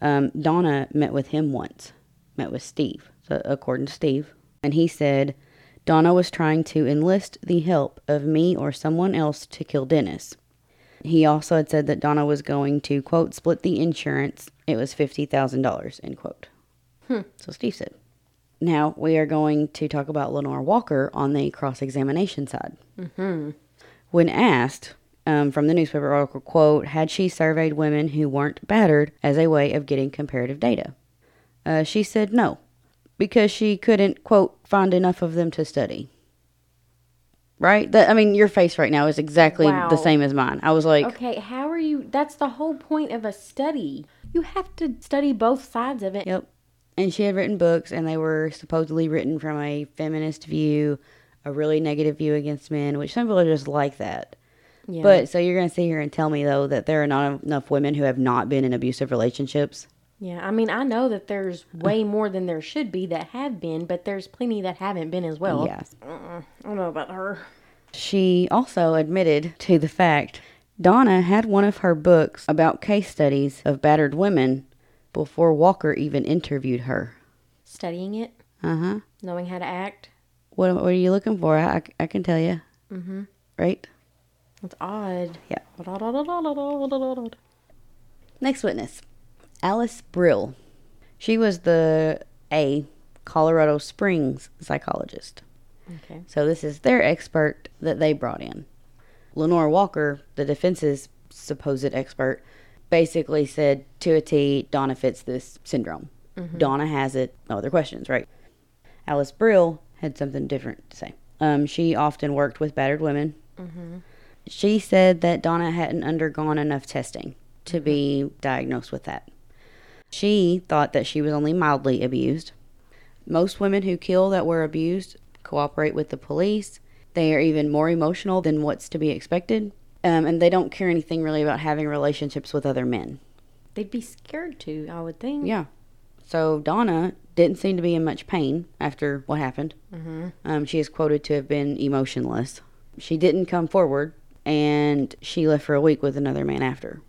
A: Um, Donna met with him once, met with Steve, so according to Steve. And he said, Donna was trying to enlist the help of me or someone else to kill Dennis. He also had said that Donna was going to, quote, split the insurance. It was $50,000, end quote. So Steve said. Now we are going to talk about Lenore Walker on the cross examination side. When asked um, from the newspaper article, quote, had she surveyed women who weren't battered as a way of getting comparative data? Uh, she said no, because she couldn't, quote, find enough of them to study. Right? That, I mean, your face right now is exactly
B: Wow.
A: the same as mine. I was like,
B: Okay, how are you? That's the whole point of a study. You have to study both sides of it.
A: Yep. And she had written books, and they were supposedly written from a feminist view, a really negative view against men, which some people are just like that.
B: Yeah.
A: But so you're going to sit here and tell me, though, that there are not enough women who have not been in abusive relationships?
B: Yeah, I mean, I know that there's way more than there should be that have been, but there's plenty that haven't been as well.
A: Yes.
B: I don't know about her.
A: She also admitted to the fact Donna had one of her books about case studies of battered women before Walker even interviewed her.
B: Studying it,
A: Uh huh.
B: knowing how to act,
A: What, what are you looking for? I, I- I can tell you. Mm-hmm. Right?
B: it's odd.
A: Yeah.
B: Yeah.
A: Next witness Alice Brill. She was the A Colorado Springs psychologist.
B: Okay.
A: So this is their expert that they brought in. Lenore Walker, the defense's supposed expert, basically said to a T, Donna fits this syndrome. Donna has it. No other questions, right? Alice Brill had something different to say. Um, she often worked with battered women. She said that Donna hadn't undergone enough testing to be diagnosed with that. She thought that she was only mildly abused. Most women who kill that were abused cooperate with the police. They are even more emotional than what's to be expected. Um, and they don't care anything really about having relationships with other men.
B: They'd be scared to, I would think.
A: Yeah. So Donna didn't seem to be in much pain after what happened. Mm-hmm. Um, she is quoted to have been emotionless. She didn't come forward, and she left for a week with another man after,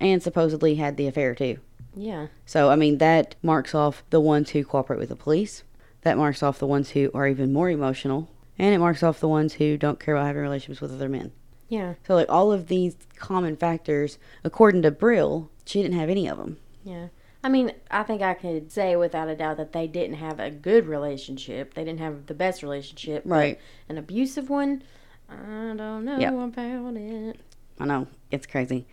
A: and supposedly had the affair too.
B: Yeah.
A: So I mean that marks off the ones who cooperate with the police. That marks off the ones who are even more emotional, and it marks off the ones who don't care about having relationships with other men.
B: Yeah.
A: So like all of these common factors, according to Brill, she didn't have any of them.
B: Yeah. I mean, I think I could say without a doubt that they didn't have a good relationship. They didn't have the best relationship. but
A: Right.
B: An abusive one. I don't know
A: Yep.
B: about it.
A: I know it's crazy.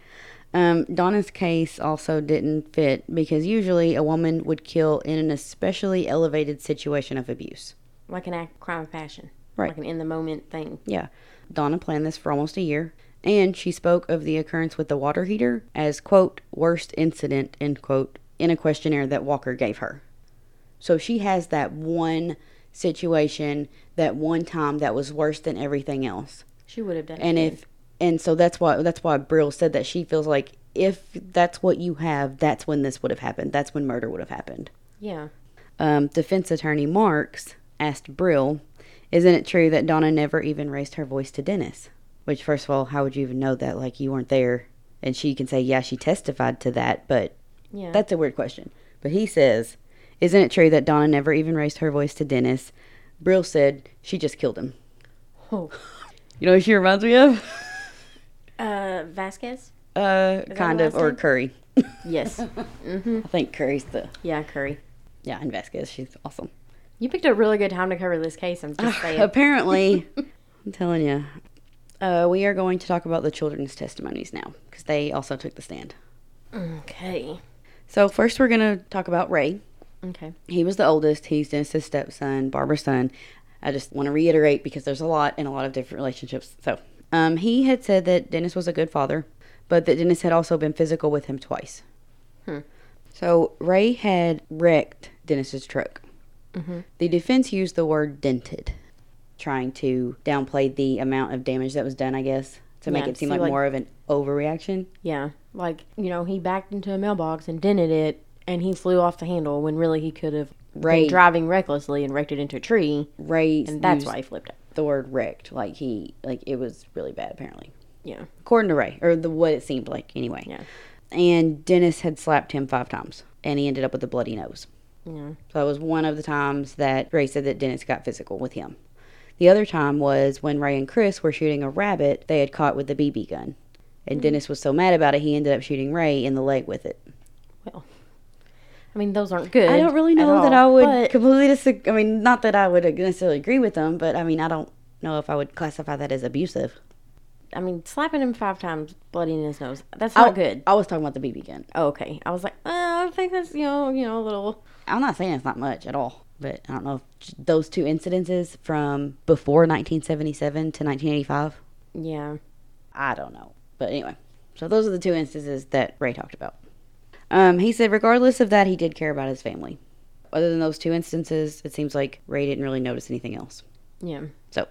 A: Um, Donna's case also didn't fit because usually a woman would kill in an especially elevated situation of abuse.
B: Like an act crime of passion.
A: Right.
B: Like an in the moment thing.
A: Yeah. Donna planned this for almost a year, and she spoke of the occurrence with the water heater as, quote, worst incident, end quote, in a questionnaire that Walker gave her. So she has that one situation, that one time that was worse than everything else.
B: She would have done
A: and
B: it.
A: if and so that's why that's why Brill said that she feels like if that's what you have, that's when this would have happened. That's when murder would have happened.
B: Yeah.
A: Um, defense attorney Marks asked Brill, "Isn't it true that Donna never even raised her voice to Dennis?" Which, first of all, how would you even know that? Like you weren't there, and she can say, "Yeah, she testified to that," but
B: Yeah.
A: that's a weird question. But he says, "Isn't it true that Donna never even raised her voice to Dennis?" Brill said, "She just killed him."
B: Oh.
A: You know, who she reminds me of.
B: Uh, Vasquez?
A: Uh,
B: the
A: kind of,
B: last
A: or
B: name? Mm-hmm.
A: Curry.
B: Yes.
A: I think Curry's the
B: yeah, Curry.
A: yeah, and Vasquez. She's awesome.
B: You picked a really good time to cover this case. I'm just saying.
A: Apparently, I'm telling you, uh, we are going to talk about the children's testimonies now because they also took the stand.
B: Okay.
A: So first, we're gonna talk about Ray.
B: Okay.
A: He was the oldest. He's Dennis's stepson, Barbara's son. I just want to reiterate because there's a lot and a lot of different relationships. So, um, he had said that Dennis was a good father, but that Dennis had also been physical with him twice.
B: Hmm.
A: So Ray had wrecked Dennis's truck.
B: Mm-hmm.
A: The defense used the word dented, trying to downplay the amount of damage that was done. I guess to make
B: Yeah,
A: it seem
B: so,
A: like
B: like-
A: more of an overreaction.
B: Yeah. Like, you know, he backed into a mailbox and dented it, and he flew off the handle when really he could have
A: Right.
B: been driving recklessly and wrecked it into a tree,
A: Ray
B: and that's
A: used
B: why he flipped out.
A: the word wrecked. Like he like it was really bad apparently.
B: Yeah.
A: according to Ray, or the what it seemed like anyway.
B: Yeah.
A: And Dennis had slapped him five times, and he ended up with a bloody nose.
B: Yeah.
A: So that was one of the times that Ray said that Dennis got physical with him. The other time was when Ray and Chris were shooting a rabbit they had caught with the BB gun. And Dennis was so mad about it, he ended up shooting Ray in the leg with it.
B: Well, I mean, those aren't good.
A: I don't really
B: at
A: know that I
B: all,
A: would
B: but-
A: completely disagree. I mean, not that I would necessarily agree with them, but I mean, I don't know if I would classify that as abusive.
B: I mean, slapping him five times, bloody in his nose. That's
A: I-
B: not good.
A: I was talking about the BB gun.
B: Oh, okay. I was like, uh, I think that's you know, you know, a little.
A: I'm not saying it's not much at all, but I don't know if those two incidences from before 1977 to 1985,
B: Yeah.
A: I don't know. But anyway, so those are the two instances that Ray talked about. Um, he said, regardless of that, he did care about his family. Other than those two instances, it seems like Ray didn't really notice anything else.
B: Yeah.
A: So,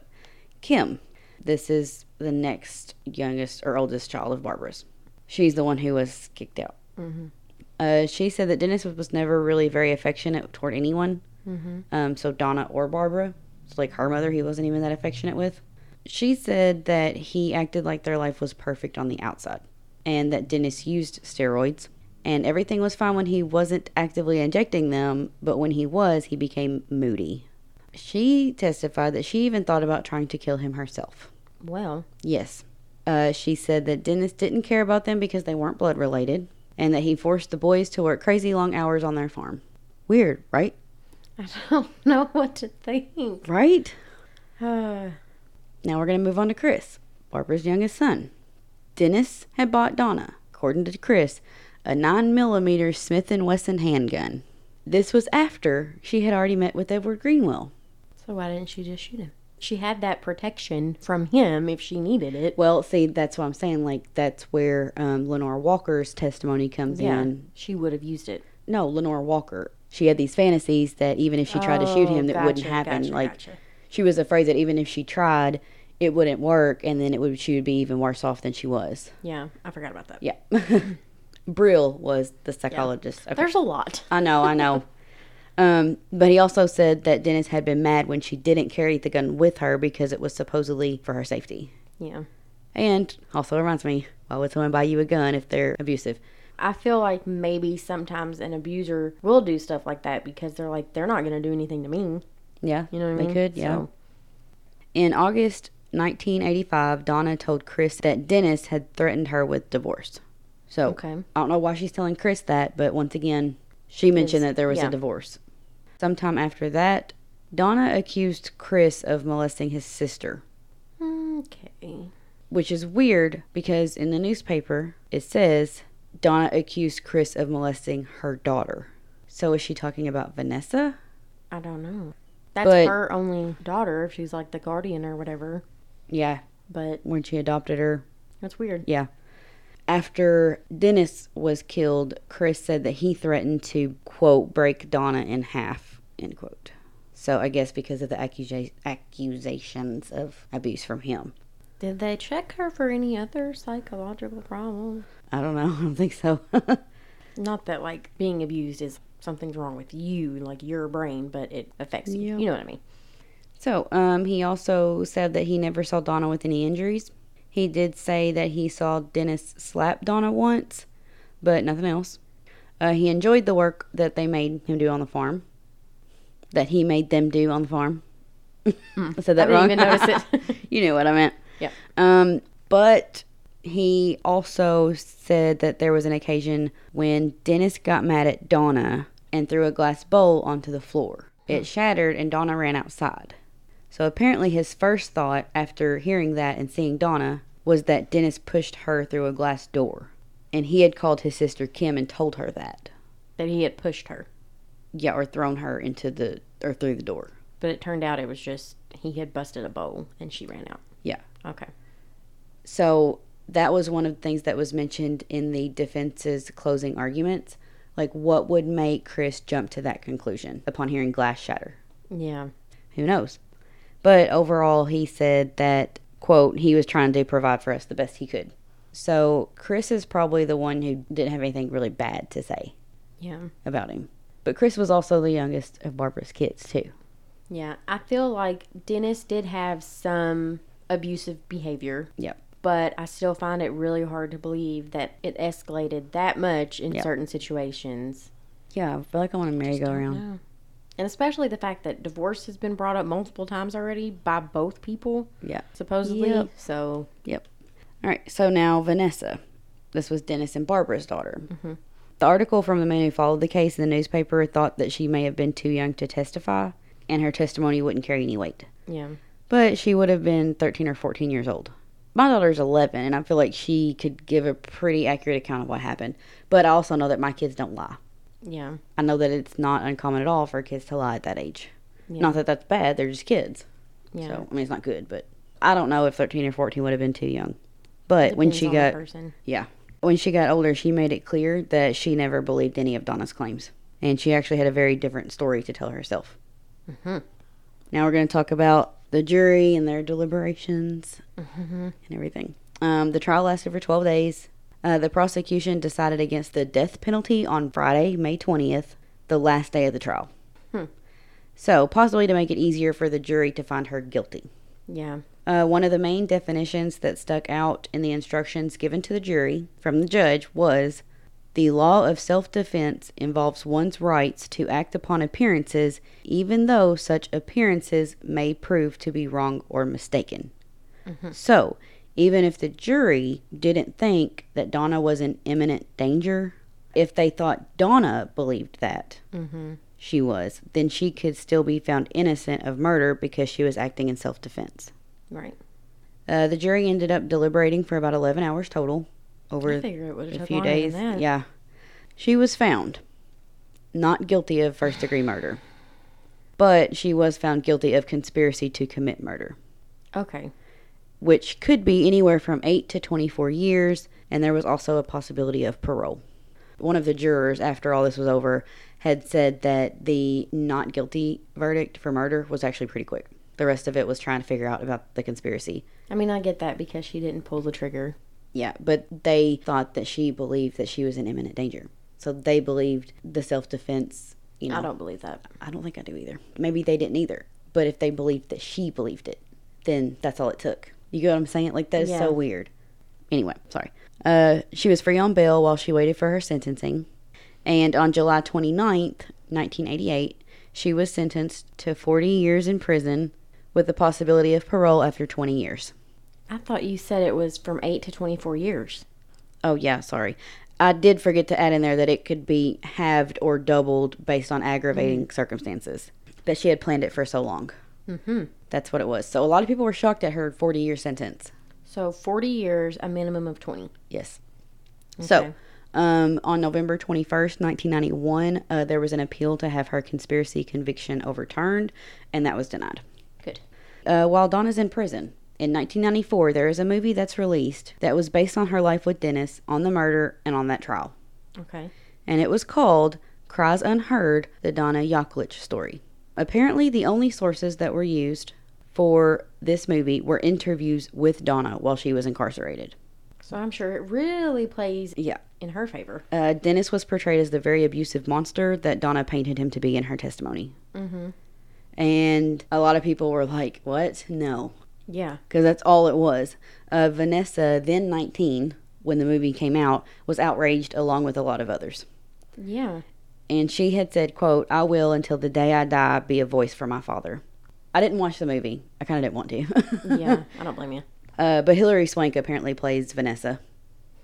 A: Kim, this is the next youngest or oldest child of Barbara's. She's the one who was kicked out. Uh, she said that Dennis was never really very affectionate toward anyone. Um, so Donna or Barbara, so like her mother, he wasn't even that affectionate with. She said that he acted like their life was perfect on the outside, and that Dennis used steroids, and everything was fine when he wasn't actively injecting them, but when he was, he became moody. She testified that she even thought about trying to kill him herself.
B: Well.
A: Yes. Uh, she said that Dennis didn't care about them because they weren't blood related and that he forced the boys to work crazy long hours on their farm. Weird, right?
B: I don't know what to think.
A: Right?
B: Uh,
A: Now we're going to move on to Chris, Barbara's youngest son. Dennis had bought Donna, according to Chris, a 9mm Smith & Wesson handgun. This was after she had already met with Edward Greenwell.
B: so why didn't she just shoot him? She had that protection from him if she needed it.
A: Well, see, that's what I'm saying. Like, that's where um, Lenore Walker's testimony comes in.
B: she would have used it.
A: No, Lenore Walker. She had these fantasies that even if she tried to shoot
B: Oh,
A: him, that wouldn't
B: gotcha,
A: happen.
B: gotcha,
A: like,
B: gotcha.
A: she was afraid that even if she tried, it wouldn't work, and then it would she would be even worse off than she was.
B: Yeah, I forgot about that.
A: Yeah. Brill was the psychologist. Okay.
B: There's a lot.
A: I know, I know. Um, but he also said that Dennis had been mad when she didn't carry the gun with her because it was supposedly for her safety.
B: Yeah.
A: And also reminds me, why would someone buy you a gun if they're abusive?
B: I feel like maybe sometimes an abuser will do stuff like that because they're like, they're not going to do anything to me.
A: Yeah,
B: You know what I
A: they
B: mean?
A: could. Yeah.
B: So,
A: In August 1985, Donna told Chris that Dennis had threatened her with divorce. So
B: Okay.
A: I don't know why she's telling Chris that, but once again, she mentioned that there was
B: yeah.
A: a divorce. Sometime after that, Donna accused Chris of molesting his sister.
B: Okay.
A: which is weird because in the newspaper it says Donna accused Chris of molesting her daughter. So is she talking about Vanessa?
B: I don't know. That's
A: But-
B: her only daughter if she's like the guardian or whatever.
A: Yeah,
B: But
A: when she adopted her.
B: that's weird.
A: Yeah. After Dennis was killed, Chris said that he threatened to, quote, break Donna in half, end quote. So I guess because of the accusa- accusations of abuse from him.
B: Did they check her for any other psychological problem?
A: I don't know. I don't think so.
B: Not that like being abused is something's wrong with you, like your brain, but it affects you.
A: Yeah.
B: You know what I mean?
A: So, um, he also said that he never saw Donna with any injuries. He did say that he saw Dennis slap Donna once, but nothing else. Uh, he enjoyed the work that they made him do on the farm, that he made them do on the farm. I said
B: Hmm. I
A: that
B: didn't
A: wrong.
B: even notice it.
A: you knew what I meant.
B: Yep.
A: Um, but he also said that there was an occasion when Dennis got mad at Donna and threw a glass bowl onto the floor. It shattered and Donna ran outside. So apparently, his first thought after hearing that and seeing Donna was that Dennis pushed her through a glass door. And he had called his sister Kim and told her that.
B: that he had pushed her.
A: Yeah, or thrown her into the, or through the door.
B: But it turned out it was just he had busted a bowl and she ran out.
A: Yeah.
B: Okay.
A: So that was one of the things that was mentioned in the defense's closing arguments. Like, what would make Chris jump to that conclusion upon hearing glass shatter?
B: Yeah.
A: Who knows? But overall, he said that, quote, he was trying to provide for us the best he could. So Chris is probably the one who didn't have anything really bad to say
B: Yeah.
A: about him. But Chris was also the youngest of Barbara's kids, too.
B: Yeah. I feel like Dennis did have some abusive behavior
A: Yep.
B: but I still find it really hard to believe that it escalated that much in
A: Yeah.
B: certain situations.
A: Yeah, I feel like I want a merry-go-round.
B: No. And especially the fact that divorce has been brought up multiple times already by both people,
A: Yeah.
B: supposedly.
A: Yep.
B: So,
A: All right, so now Vanessa. This was Dennis and Barbara's daughter. The article from the man who followed the case in the newspaper thought that she may have been too young to testify and her testimony wouldn't carry any weight.
B: yeah.
A: But she would have been 13 or 14 years old. My daughter's 11, and I feel like she could give a pretty accurate account of what happened. But I also know that my kids don't lie.
B: Yeah.
A: I know that it's not uncommon at all for kids to lie at that age.
B: Yeah.
A: Not that that's bad, they're just kids.
B: Yeah.
A: So, I mean, it's not good, but I don't know if 13 or 14 would have been too young. But when
B: Depends
A: she
B: on the
A: got
B: person.
A: yeah. When she got older, she made it clear that she never believed any of Donna's claims. And she actually had a very different story to tell herself.
B: Mhm.
A: Now we're going to talk about the jury and their deliberations
B: Mm-hmm.
A: and everything. Um, the trial lasted for 12 days. Uh, the prosecution decided against the death penalty on Friday, May 20th, the last day of the trial.
B: Hmm.
A: So, possibly to make it easier for the jury to find her guilty.
B: Yeah.
A: Uh, one of the main definitions that stuck out in the instructions given to the jury from the judge was the law of self defense involves one's rights to act upon appearances, even though such appearances may prove to be wrong or mistaken. So, even if the jury didn't think that Donna was in imminent danger, if they thought Donna believed that, she was, then she could still be found innocent of murder because she was acting in self defense.
B: Right.
A: Uh, the jury ended up deliberating for about 11 hours total
B: I
A: over
B: figure it would have
A: a
B: took
A: few
B: longer
A: days.
B: Than that.
A: Yeah. She was found not guilty of first degree murder. but she was found guilty of conspiracy to commit murder,
B: Okay.
A: which could be anywhere from 8 to 24 years, and there was also a possibility of parole. One of the jurors, after all this was over, had said that the not guilty verdict for murder was actually pretty quick. The rest of it was trying to figure out about the conspiracy.
B: I mean, I get that because she didn't pull the trigger.
A: Yeah, but they thought that she believed that she was in imminent danger. So they believed the self defense, you know.
B: I don't believe that.
A: I don't think I do either. Maybe they didn't either. But if they believed that she believed it, then that's all it took. You get what I'm saying? Like that is
B: Yeah.
A: so weird. Anyway, sorry. Uh, she was free on bail while she waited for her sentencing, and on July 29th, 1988, she was sentenced to 40 years in prison with the possibility of parole after 20 years.
B: I thought you said it was from 8 to 24 years.
A: Oh yeah, sorry. I did forget to add in there that it could be halved or doubled based on aggravating circumstances. That she had planned it for so long.
B: Mhm.
A: That's what it was. So a lot of people were shocked at her 40 year sentence.
B: So 40 years, a minimum of 20.
A: Yes. So,
B: Okay.
A: um, on November 21st, 1991, uh, there was an appeal to have her conspiracy conviction overturned, and that was denied.
B: Good.
A: Uh, while Donna's in prison, in 1994, there is a movie that's released that was based on her life with Dennis, on the murder, and on that trial.
B: Okay.
A: and it was called Cries Unheard The Donna Yaklich Story. Apparently, the only sources that were used for this movie were interviews with Donna while she was incarcerated.
B: So I'm sure it really plays
A: Yeah.
B: in her favor.
A: Uh, Dennis was portrayed as the very abusive monster that Donna painted him to be in her testimony.
B: Mhm.
A: And a lot of people were like, What? No.
B: Yeah.
A: Because that's all it was. Uh, Vanessa, then 19, when the movie came out, was outraged along with a lot of others.
B: Yeah.
A: and she had said quote i will until the day i die be a voice for my father i didn't watch the movie i kind of didn't want to
B: Yeah. I don't blame you.
A: uh, but hillary swank apparently plays vanessa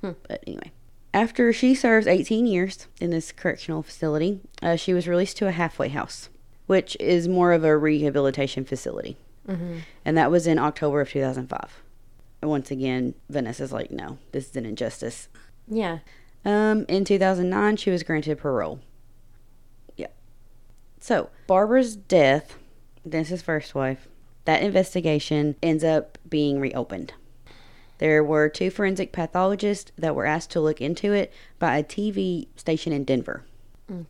B: Hmm.
A: but anyway after she serves 18 years in this correctional facility uh, she was released to a halfway house which is more of a rehabilitation facility
B: Mhm.
A: and that was in october of 2005 And once again vanessa's like no this is an injustice
B: Yeah.
A: um, in 2009, she was granted parole. Yeah. So, Barbara's death, Dennis's first wife, that investigation ends up being reopened. There were two forensic pathologists that were asked to look into it by a TV station in Denver,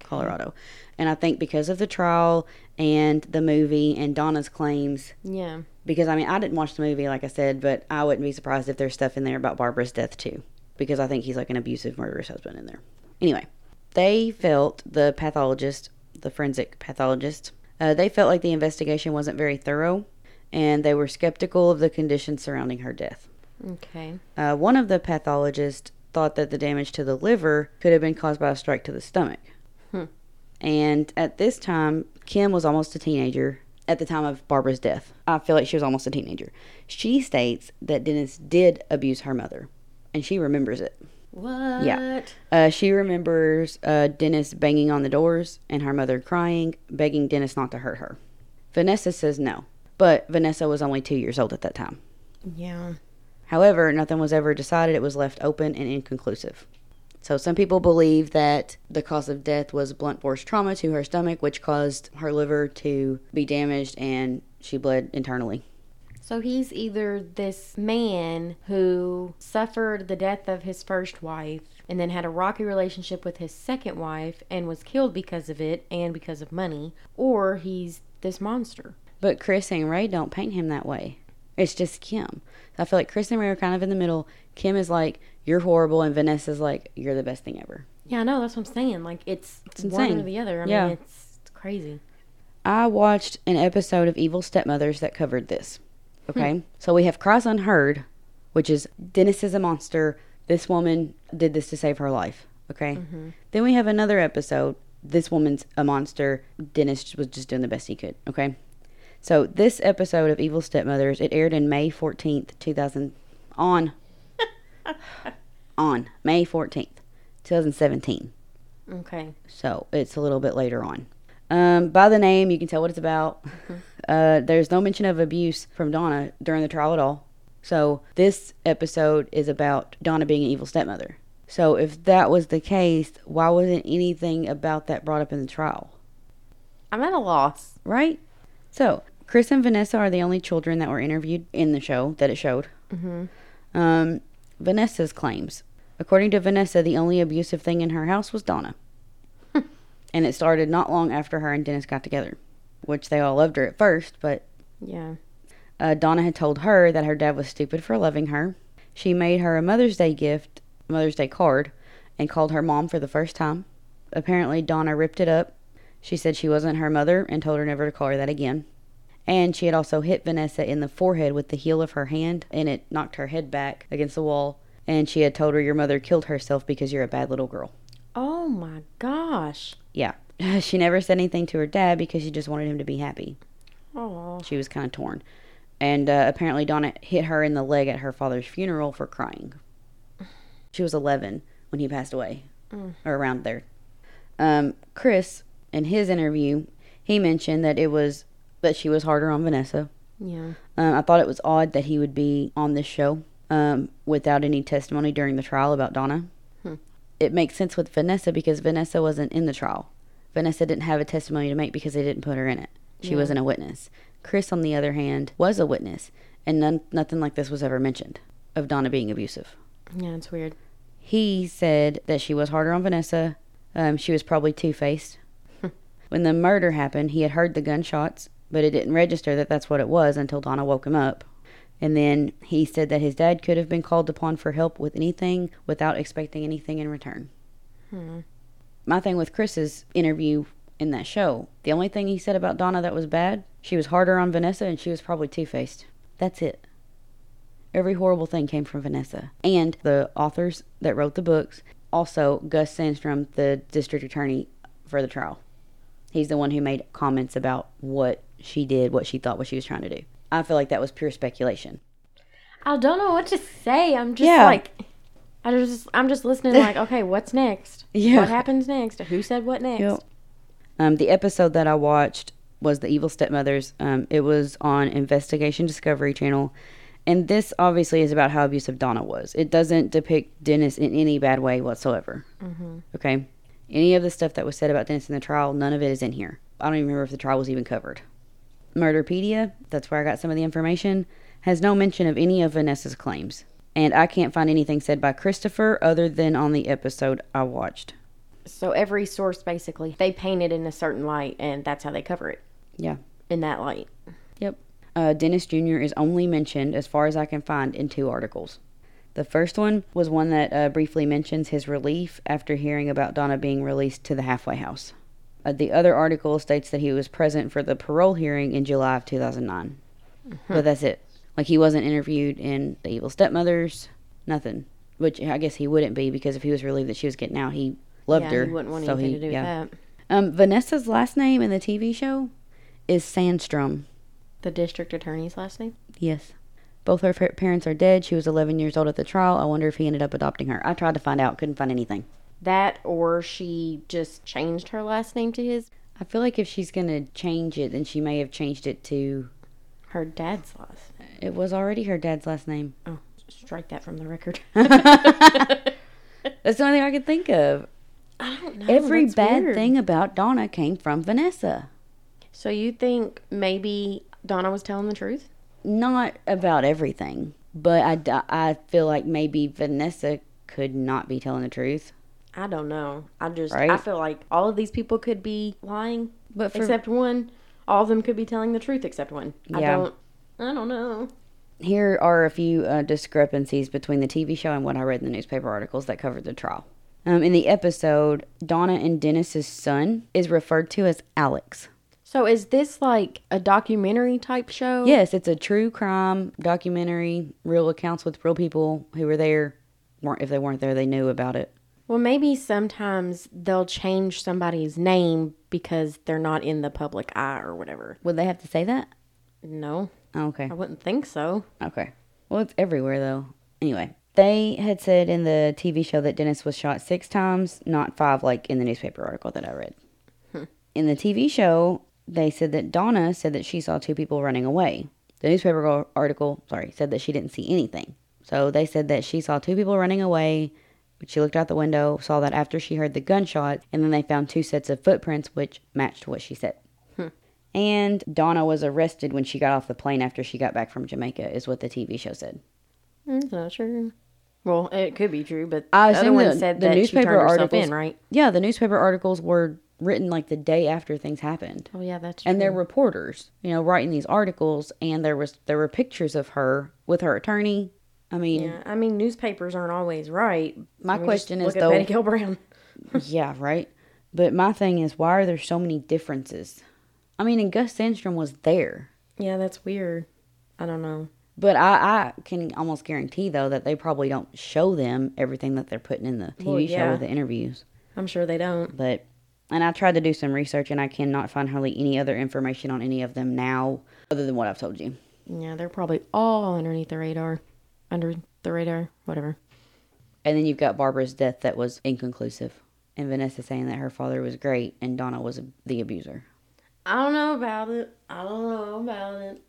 A: Colorado. And I think because of the trial and the movie and Donna's claims,
B: Yeah.
A: because I mean, I didn't watch the movie, like I said, but I wouldn't be surprised if there's stuff in there about Barbara's death too, because I think he's like an abusive, murderous husband in there. Anyway, they felt the pathologist, the forensic pathologist, uh, they felt like the investigation wasn't very thorough, and they were skeptical of the conditions surrounding her death.
B: Okay.
A: Uh, one of the pathologists thought that the damage to the liver could have been caused by a strike to the stomach.
B: Hmm.
A: And at this time, Kim was almost a teenager at the time of Barbara's death. I feel like she was almost a teenager. She states that Dennis did abuse her mother, and she remembers it.
B: What?
A: Uh, she remembers uh, Dennis banging on the doors and her mother crying, begging Dennis not to hurt her. Vanessa says no, but Vanessa was only two years old at that time.
B: Yeah.
A: However, nothing was ever decided. It was left open and inconclusive. So, some people believe that the cause of death was blunt force trauma to her stomach, which caused her liver to be damaged and she bled internally.
B: So he's either this man who suffered the death of his first wife and then had a rocky relationship with his second wife and was killed because of it and because of money, or he's this monster.
A: But Chris and Ray don't paint him that way. It's just Kim. I feel like Chris and Ray are kind of in the middle. Kim is like, you're horrible, and Vanessa's like, you're the best thing ever.
B: Yeah, I know. That's what I'm saying. Like, it's, one
A: insane.
B: or the other. I
A: Yeah.
B: mean, it's, it's crazy.
A: I watched an episode of Evil Stepmothers that covered this. Okay. So we have Cries Unheard, which is Dennis is a monster. This woman did this to save her life. Okay. Then we have another episode. This woman's a monster. Dennis was just doing the best he could. Okay. So this episode of Evil Stepmothers, it aired in May 14th, 2000. On. on May 14th, 2017.
B: Okay.
A: So it's a little bit later on. Um, by the name, you can tell what it's about. Uh, there's no mention of abuse from Donna during the trial at all. So this episode is about Donna being an evil stepmother. So if that was the case, why wasn't anything about that brought up in the trial?
B: I I'm at a loss.
A: right? So, Chris and Vanessa are the only children that were interviewed in the show that it showed. Mm-hmm. Um, Vanessa's claims. According to Vanessa, the only abusive thing in her house was Donna. and it started not long after her and Dennis got together, which they all loved her at first, but
B: Yeah.
A: uh, Donna had told her that her dad was stupid for loving her. She made her a Mother's Day gift, Mother's Day card, and called her mom for the first time. Apparently, Donna ripped it up. She said she wasn't her mother and told her never to call her that again. And she had also hit Vanessa in the forehead with the heel of her hand, and it knocked her head back against the wall. And she had told her, Your mother killed herself because you're a bad little girl.
B: Oh my gosh.
A: Yeah. she never said anything to her dad because she just wanted him to be happy.
B: Oh.
A: She was kind of torn. And uh, apparently, Donna hit her in the leg at her father's funeral for crying. She was 11 when he passed away, or around there. Um, Chris, in his interview, he mentioned that it was that she was harder on Vanessa.
B: Yeah.
A: Um, I thought it was odd that he would be on this show um, without any testimony during the trial about Donna. It makes sense with Vanessa because Vanessa wasn't in the trial. Vanessa didn't have a testimony to make because they didn't put her in it. She wasn't a witness. Chris, on the other hand, was a witness, and none, nothing like this was ever mentioned of Donna being abusive.
B: Yeah, it's weird.
A: He said that she was harder on Vanessa. Um, she was probably two faced. when the murder happened, he had heard the gunshots, but it didn't register that that's what it was until Donna woke him up. And then he said that his dad could have been called upon for help with anything without expecting anything in return. My thing with Chris's interview in that show, the only thing he said about Donna that was bad, she was harder on Vanessa and she was probably two faced. That's it. Every horrible thing came from Vanessa. And the authors that wrote the books, also Gus Sandstrom, the district attorney for the trial. He's the one who made comments about what she did, what she thought, what she was trying to do. I feel like that was pure speculation.
B: I don't know what to say. I'm just
A: Yeah.
B: like, I just I'm just listening. Like, okay, what's next?
A: Yeah.
B: What happens next? Who said what next?
A: Um, the episode that I watched was The Evil Stepmothers. Um, it was on Investigation Discovery Channel. And this obviously is about how abusive Donna was. It doesn't depict Dennis in any bad way whatsoever. Okay? Any of the stuff that was said about Dennis in the trial, none of it is in here. I don't even remember if the trial was even covered. Murderpedia, that's where I got some of the information, has no mention of any of Vanessa's claims. And I can't find anything said by Christopher other than on the episode I watched.
B: So every source basically they paint it in a certain light, and that's how they cover it
A: Yeah.
B: in that light.
A: Yep. Uh, Dennis Jr. is only mentioned, as far as I can find, in two articles. The first one was one that uh, briefly mentions his relief after hearing about Donna being released to the halfway house. Uh, the other article states that he was present for the parole hearing in July of 2009.
B: Mm-hmm.
A: But that's it. Like, he wasn't interviewed in The Evil Stepmothers, nothing. Which I guess he wouldn't be because if he was relieved that she was getting out, he loved
B: yeah,
A: her.
B: you wouldn't want
A: so
B: anything
A: he-
B: to do
A: yeah.
B: with that.
A: Um, Vanessa's last name in the TV show is Sandstrom.
B: The district attorney's last name.
A: Yes. Both her fa- parents are dead. She was 11 years old at the trial. I wonder if he ended up adopting her. I tried to find out, couldn't find anything.
B: That or she just changed her last name to his
A: I feel like if she's going to change it, then she may have changed it to.
B: her dad's last. name.
A: It was already her dad's last name.
B: Oh, strike that from the record.
A: That's the only thing I could think of.
B: I don't know.
A: Every
B: that's
A: bad
B: weird.
A: thing about Donna came from Vanessa.
B: So you think maybe Donna was telling the truth?
A: Not about everything, but I, d- I feel like maybe Vanessa could not be telling the truth.
B: I don't know. I just I
A: Right?
B: feel like all of these people could be lying,
A: But for,
B: except one. All of them could be telling the truth, except one. I
A: Yeah.
B: don't. I don't know.
A: here are a few uh, discrepancies between the TV show and what I read in the newspaper articles that covered the trial. Um, in the episode, Donna and Dennis's son is referred to as Alex.
B: So is this like a documentary type show?
A: Yes, it's a true crime documentary, real accounts with real people who were there. Weren't, if they weren't there, they knew about it.
B: Well, maybe sometimes they'll change somebody's name because they're not in the public eye or whatever.
A: Would they have to say that?
B: No,
A: Oh, Okay.
B: I wouldn't think so.
A: Okay. Well, it's everywhere though. Anyway, they had said in the TV show that Dennis was shot six times, not five, like in the newspaper article that I read. In the TV show, they said that Donna said that she saw two people running away. The newspaper go- article, sorry, said that she didn't see anything. So they said that she saw two people running away. But she looked out the window, saw that after she heard the gunshot, and then they found two sets of footprints which matched what she said. And Donna was arrested when she got off the plane after she got back from Jamaica, is what the TV show said.
B: It's not true. Well, it could be true, but
A: I
B: the other
A: assume
B: one
A: the-
B: said
A: the
B: that she
A: newspaper
B: turned herself
A: articles-
B: in, right?
A: Yeah, the newspaper articles were written like the day after things happened.
B: Oh yeah, that's true.
A: And they're reporters, you know, writing these articles and there was there were pictures of her with her attorney. I mean,
B: yeah, I mean, newspapers aren't always right.
A: My
B: I mean, just
A: question is,
B: look at
A: though-
B: Betty Gil Brown.
A: yeah, right. But my thing is why are there so many differences? I mean, and Gus Sandstrom was there.
B: Yeah, that's weird. I don't know.
A: But I, I can almost guarantee though that they probably don't show them everything that they're putting in the TV
B: Well,
A: show
B: yeah.
A: or the interviews.
B: I'm sure they don't.
A: But and I tried to do some research and I cannot find hardly any other information on any of them now other than what I've told you.
B: Yeah, they're probably all underneath the radar, under the radar, whatever.
A: And then you've got Barbara's death that was inconclusive. And Vanessa saying that her father was great and Donna was the abuser.
B: I don't know about it. I don't know about it.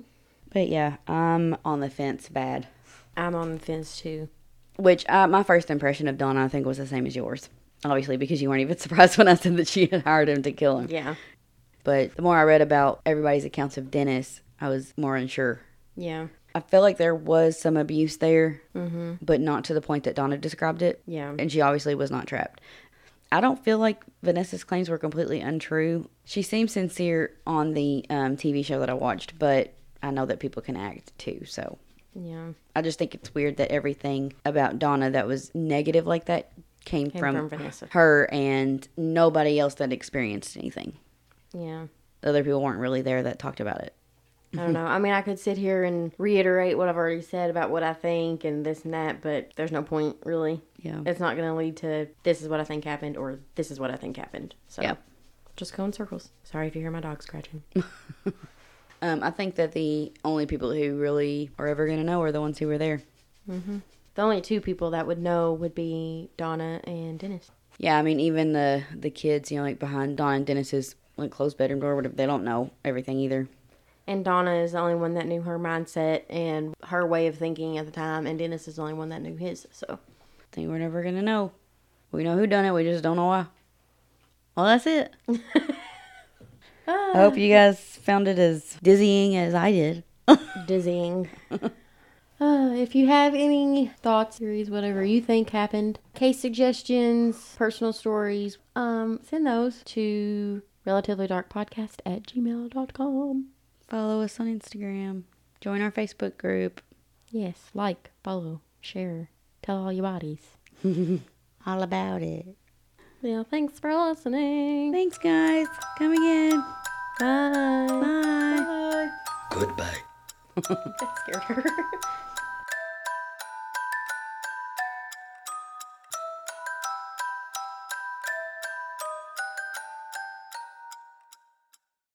A: But yeah, I'm on the fence bad.
B: I'm on the fence too.
A: Which uh, my first impression of Donna, I think, was the same as yours. Obviously, because you weren't even surprised when I said that she had hired him to kill him.
B: Yeah.
A: But the more I read about everybody's accounts of Dennis, I was more unsure.
B: Yeah.
A: I felt like there was some abuse there, but not to the point that Donna described it.
B: Mm-hmm. Yeah.
A: And she obviously was not trapped. I don't feel like Vanessa's claims were completely untrue. She seemed sincere on the um, TV show that I watched, but I know that people can act too. So
B: Yeah.
A: I just think it's weird that everything about Donna that was negative like that came,
B: Came
A: from,
B: from Vanessa.
A: her and nobody else that experienced anything.
B: Yeah.
A: The other people weren't really there that talked about it.
B: I don't know. I mean, I could sit here and reiterate what I've already said about what I think and this and that, but there's no point really.
A: Yeah.
B: It's not going to lead to this is what I think happened or this is what I think happened. So
A: Yeah.
B: just go in circles. Sorry if you hear my dog scratching.
A: Um, I think that the only people who really are ever going to know are the ones who were there.
B: the only two people that would know would be Donna and Dennis.
A: Yeah, I mean, even the the kids, you know, like behind Don and Dennis's like closed bedroom door, whatever. They don't know everything either.
B: And Donna is the only one that knew her mindset and her way of thinking at the time, and Dennis is the only one that knew his. So
A: Think we're never gonna know. We know who done it. We just don't know why. Well, that's it. I hope you guys found it as dizzying as I did.
B: dizzying. Uh, if you have any thoughts, theories, whatever you think happened, case suggestions, personal stories, um, send those to relativelydarkpodcast at gmail.com.
A: Follow us on Instagram. Join our Facebook group.
B: Yes, like, follow, share, tell all your bodies.
A: All about it.
B: Yeah, thanks for listening.
A: Thanks, guys. Come again.
B: Bye.
A: Bye.
B: Bye.
C: Goodbye.
B: That scared her.